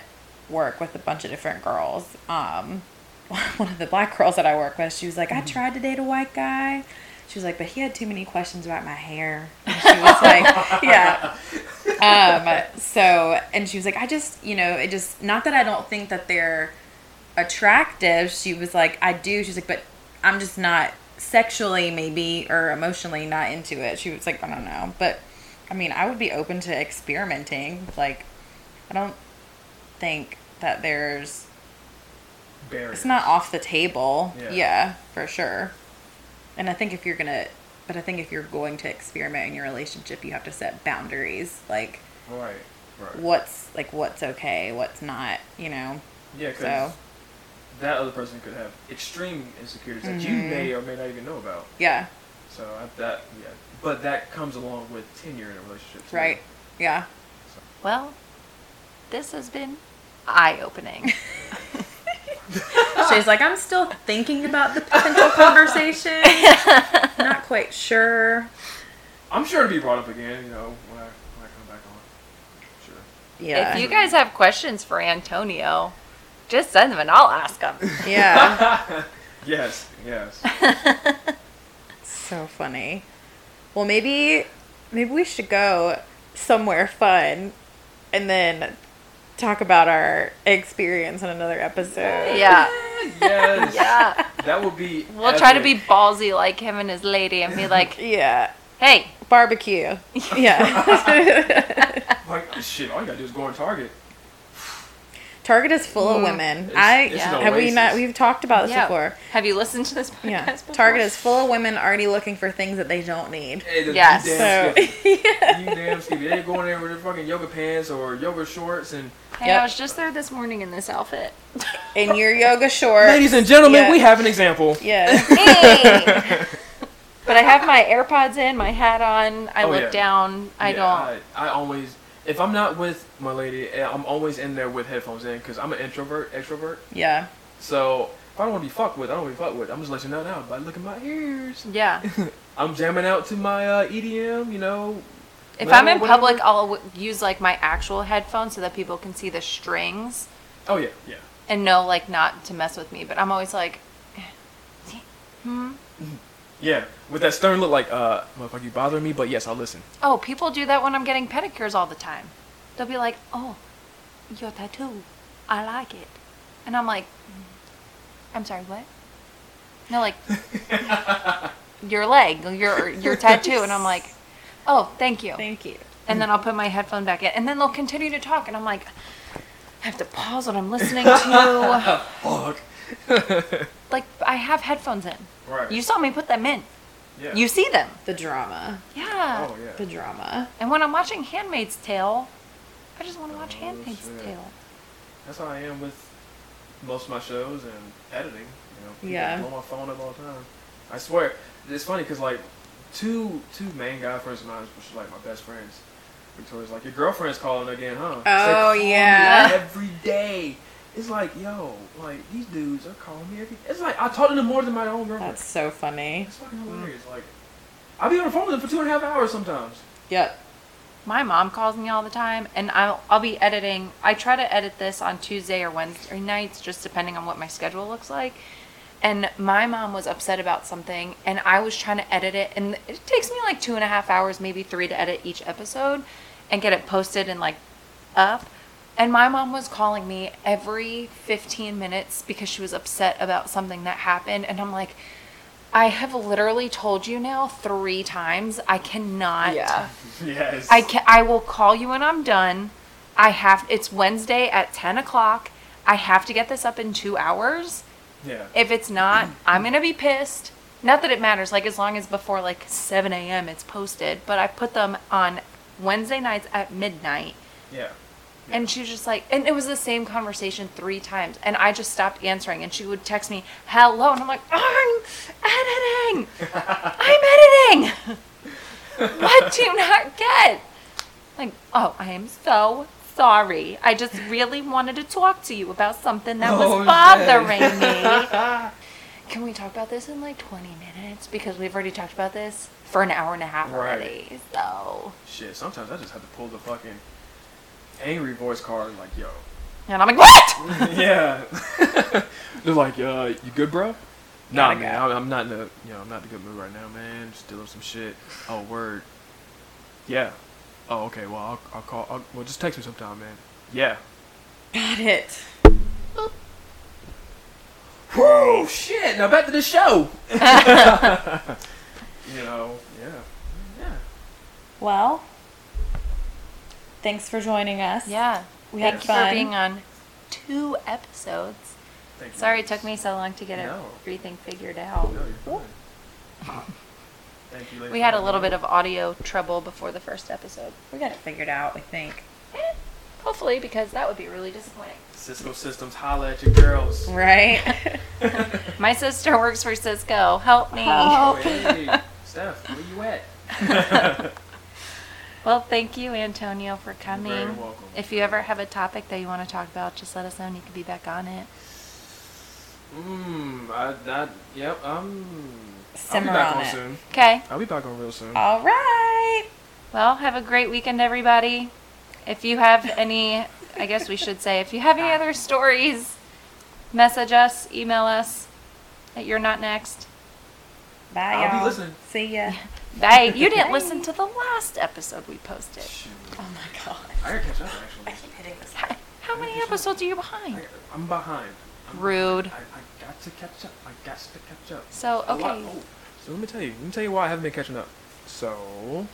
Speaker 3: work with a bunch of different girls. Um, one of the black girls that I work with, she was like, I tried to date a white guy. She was like, but he had too many questions about my hair. And she was like, yeah. Um, so, and she was like, I just, you know, it just, not that I don't think that they're attractive. She was like, I do. She's like, but I'm just not sexually, maybe, or emotionally not into it. She was like, I don't know. But I mean, I would be open to experimenting. Like, I don't think that there's,
Speaker 2: Barrier.
Speaker 3: it's not off the table.
Speaker 2: Yeah.
Speaker 3: Yeah, for sure. And I think if you're going to, but I think if you're going to experiment in your relationship, you have to set boundaries. Like,
Speaker 2: Right, right.
Speaker 3: what's like what's okay what's not you know
Speaker 2: yeah, because
Speaker 3: so
Speaker 2: that other person could have extreme insecurities that
Speaker 3: Mm-hmm.
Speaker 2: you may or may not even know about.
Speaker 3: yeah
Speaker 2: So I, that, yeah. But that comes along with tenure in a relationship. too.
Speaker 3: right yeah
Speaker 1: Well, this has been eye-opening.
Speaker 3: She's like, I'm still thinking about the potential conversation. Not quite sure.
Speaker 2: I'm sure it'll be brought up again, you know, when I, when I come back on. Sure.
Speaker 3: Yeah.
Speaker 1: If you guys have questions for Antonio, just send them and I'll ask them.
Speaker 3: yeah.
Speaker 2: Yes, yes.
Speaker 3: so funny. Well, maybe maybe we should go somewhere fun and then talk about our experience in another episode.
Speaker 1: Yeah.
Speaker 2: Yes.
Speaker 1: Yeah.
Speaker 2: That would be.
Speaker 1: We'll try to be
Speaker 2: epic.
Speaker 1: ballsy like him and his lady and be like,
Speaker 3: Yeah.
Speaker 1: hey,
Speaker 3: Barbecue. Yeah.
Speaker 2: Like, shit, all you gotta do is go on Target.
Speaker 3: Target is full of
Speaker 1: Mm.
Speaker 3: women.
Speaker 2: It's-
Speaker 3: I
Speaker 2: it's
Speaker 1: an
Speaker 3: have we
Speaker 2: oasis.
Speaker 3: not we've talked about this
Speaker 1: yeah.
Speaker 3: before.
Speaker 1: have you listened to this podcast
Speaker 3: Yeah.
Speaker 1: before?
Speaker 3: Target is full of women already looking for things that they don't need.
Speaker 2: Hey, the-
Speaker 1: Yes.
Speaker 2: You
Speaker 3: So
Speaker 2: damn skippy. You damn skippy. They going there with their fucking yoga pants or yoga shorts and.
Speaker 1: Hey,
Speaker 3: Yep.
Speaker 1: I was just there this morning in this outfit.
Speaker 3: in your yoga shorts.
Speaker 2: Ladies and gentlemen,
Speaker 3: Yeah.
Speaker 2: we have an example.
Speaker 3: Yeah.
Speaker 1: Hey! but I have my AirPods in, my hat on. I
Speaker 2: Oh,
Speaker 1: look
Speaker 2: yeah.
Speaker 1: down. I
Speaker 2: Yeah,
Speaker 1: don't.
Speaker 2: I, I always, if I'm not with my lady, eh, I'm always in there with headphones in because I'm an introvert, extrovert.
Speaker 3: Yeah.
Speaker 2: So if I don't want to be fucked with, I don't want to be fucked with. I'm just letting you know now by looking at my ears.
Speaker 1: yeah.
Speaker 2: I'm jamming out to my uh, EDM, you know.
Speaker 1: If
Speaker 2: whatever,
Speaker 1: I'm in
Speaker 2: whatever.
Speaker 1: public, I'll w- use like my actual headphones so that people can see the strings
Speaker 2: Oh yeah, yeah.
Speaker 1: and know like not to mess with me. But I'm always like,
Speaker 2: Yeah, with that stern look, like, uh, motherfucker, you bothering me, but yes, I'll listen.
Speaker 1: oh, people do that when I'm getting pedicures all the time. They'll be like, oh, your tattoo, I like it, and I'm like, "Mm, I'm sorry, what? No, like your leg, your your tattoo, and I'm like, oh, thank you.
Speaker 3: Thank you.
Speaker 1: and then I'll put my headphone back in, and then they'll continue to talk, and I'm like, I have to pause what I'm listening to.
Speaker 2: Fuck.
Speaker 1: like I have headphones in.
Speaker 2: Right.
Speaker 1: You saw me put them in.
Speaker 2: yeah.
Speaker 1: You uh, see them.
Speaker 3: The drama.
Speaker 1: Yeah.
Speaker 2: Oh yeah.
Speaker 3: The drama.
Speaker 1: And when I'm watching Handmaid's Tale, I just want to watch
Speaker 2: Oh,
Speaker 1: Handmaid's
Speaker 2: shit.
Speaker 1: Tale.
Speaker 2: That's how I am with most of my shows and editing. You know, people
Speaker 3: Yeah.
Speaker 2: blow my phone up all the time. I swear, it's funny because like two two main guy friends of mine, which are like my best friends. Victoria's like, your girlfriend's calling again, huh? She's like,
Speaker 3: Oh,
Speaker 2: "Call me
Speaker 3: yeah."
Speaker 2: Every day. It's like, yo, like these dudes are calling me every. It's like I talk to them more than my own girlfriend.
Speaker 3: That's so funny.
Speaker 2: It's fucking hilarious. Like, I'll be on the phone with them for two and a half hours sometimes.
Speaker 3: Yep.
Speaker 1: My mom calls me all the time, and I'll I'll be editing. I try to edit this on Tuesday or Wednesday nights, just depending on what my schedule looks like. And my mom was upset about something, and I was trying to edit it, and it takes me like two and a half hours, maybe three, to edit each episode, and get it posted and like up. And my mom was calling me every 15 minutes because she was upset about something that happened, and I'm like. I have literally told you now three times. I cannot
Speaker 3: Yeah.
Speaker 2: yes.
Speaker 1: I can, I will call you when I'm done. I have it's Wednesday at ten o'clock. I have to get this up in two hours.
Speaker 2: Yeah.
Speaker 1: If it's not, I'm gonna be pissed. Not that it matters, like as long as before like seven AM it's posted, but I put them on Wednesday nights at midnight.
Speaker 2: yeah.
Speaker 1: And she was just like, and it was the same conversation three times. And I just stopped answering. And she would text me, hello. And I'm like, I'm editing. I'm editing. what do you not get? Like, oh, I am so sorry. I just really wanted to talk to you about something that was
Speaker 2: Oh, shit.
Speaker 1: bothering me. Can we talk about this in like 20 minutes? Because we've already talked about this for an hour and a half
Speaker 2: Right.
Speaker 1: already. So,
Speaker 2: Shit, sometimes I just have to pull the fucking angry voice card, and like, yo.
Speaker 1: and I'm like, what?
Speaker 2: yeah. They're like, uh, you good, bro? Nah,
Speaker 3: Gotta
Speaker 2: man,
Speaker 3: go.
Speaker 2: I'm- I'm not in the, you know, I'm not in a good mood right now, man. Just dealing with some shit. Oh, word. Yeah. Oh, okay. Well, I'll, I'll call. I'll, well, just text me sometime, man. Yeah.
Speaker 3: Got it.
Speaker 2: Whoa, shit! Now back to the show. you know, yeah, yeah.
Speaker 3: Well, thanks for joining us.
Speaker 1: Yeah.
Speaker 3: We
Speaker 1: Thank
Speaker 3: had
Speaker 1: you
Speaker 3: fun.
Speaker 1: for being on two episodes.
Speaker 2: Thank you.
Speaker 1: Sorry it took me so long to get
Speaker 2: No.
Speaker 1: everything figured
Speaker 2: No,
Speaker 1: out.
Speaker 2: you're fine. Thank you. ladies
Speaker 1: We had
Speaker 2: and
Speaker 1: a little
Speaker 2: gentlemen.
Speaker 1: bit of audio trouble before the first episode. Eh,
Speaker 3: We got it figured out, I think.
Speaker 1: Hopefully, because that would be really disappointing.
Speaker 2: Cisco Systems, holla at your girls.
Speaker 3: Right?
Speaker 1: My sister works for Cisco. Help me.
Speaker 3: Help.
Speaker 2: Hey, Steph, where you at?
Speaker 1: Well, thank you, Antonio, for coming.
Speaker 2: very welcome.
Speaker 1: If you ever have a topic that you want to talk about, just let us know and you can be back on it.
Speaker 2: Mmm, I, that, yep, I'm.
Speaker 3: Simmer
Speaker 2: I'll be back
Speaker 3: on
Speaker 2: on
Speaker 3: it.
Speaker 2: soon. Oh,
Speaker 1: Okay.
Speaker 2: I'll be back on real soon.
Speaker 3: All right.
Speaker 1: Well, have a great weekend, everybody. If you have any, I guess we should say, if you have any other stories, message us, email us at You're Not Next.
Speaker 3: Bye,
Speaker 2: I'll be
Speaker 3: y'all.
Speaker 2: listening.
Speaker 3: See ya.
Speaker 1: Bye. You didn't listen to the last episode we posted.
Speaker 2: Shoot,
Speaker 3: Oh my god.
Speaker 2: I gotta catch up
Speaker 4: I
Speaker 2: actually.
Speaker 4: keep hitting this.
Speaker 1: How how many episodes are you behind?
Speaker 2: I'm behind. I'm
Speaker 1: Rude.
Speaker 2: behind. I, I got to catch up. I got to catch up.
Speaker 1: So,
Speaker 2: A lot-
Speaker 1: okay.
Speaker 2: oh, so let me tell you. Let me tell you why I haven't been catching up. So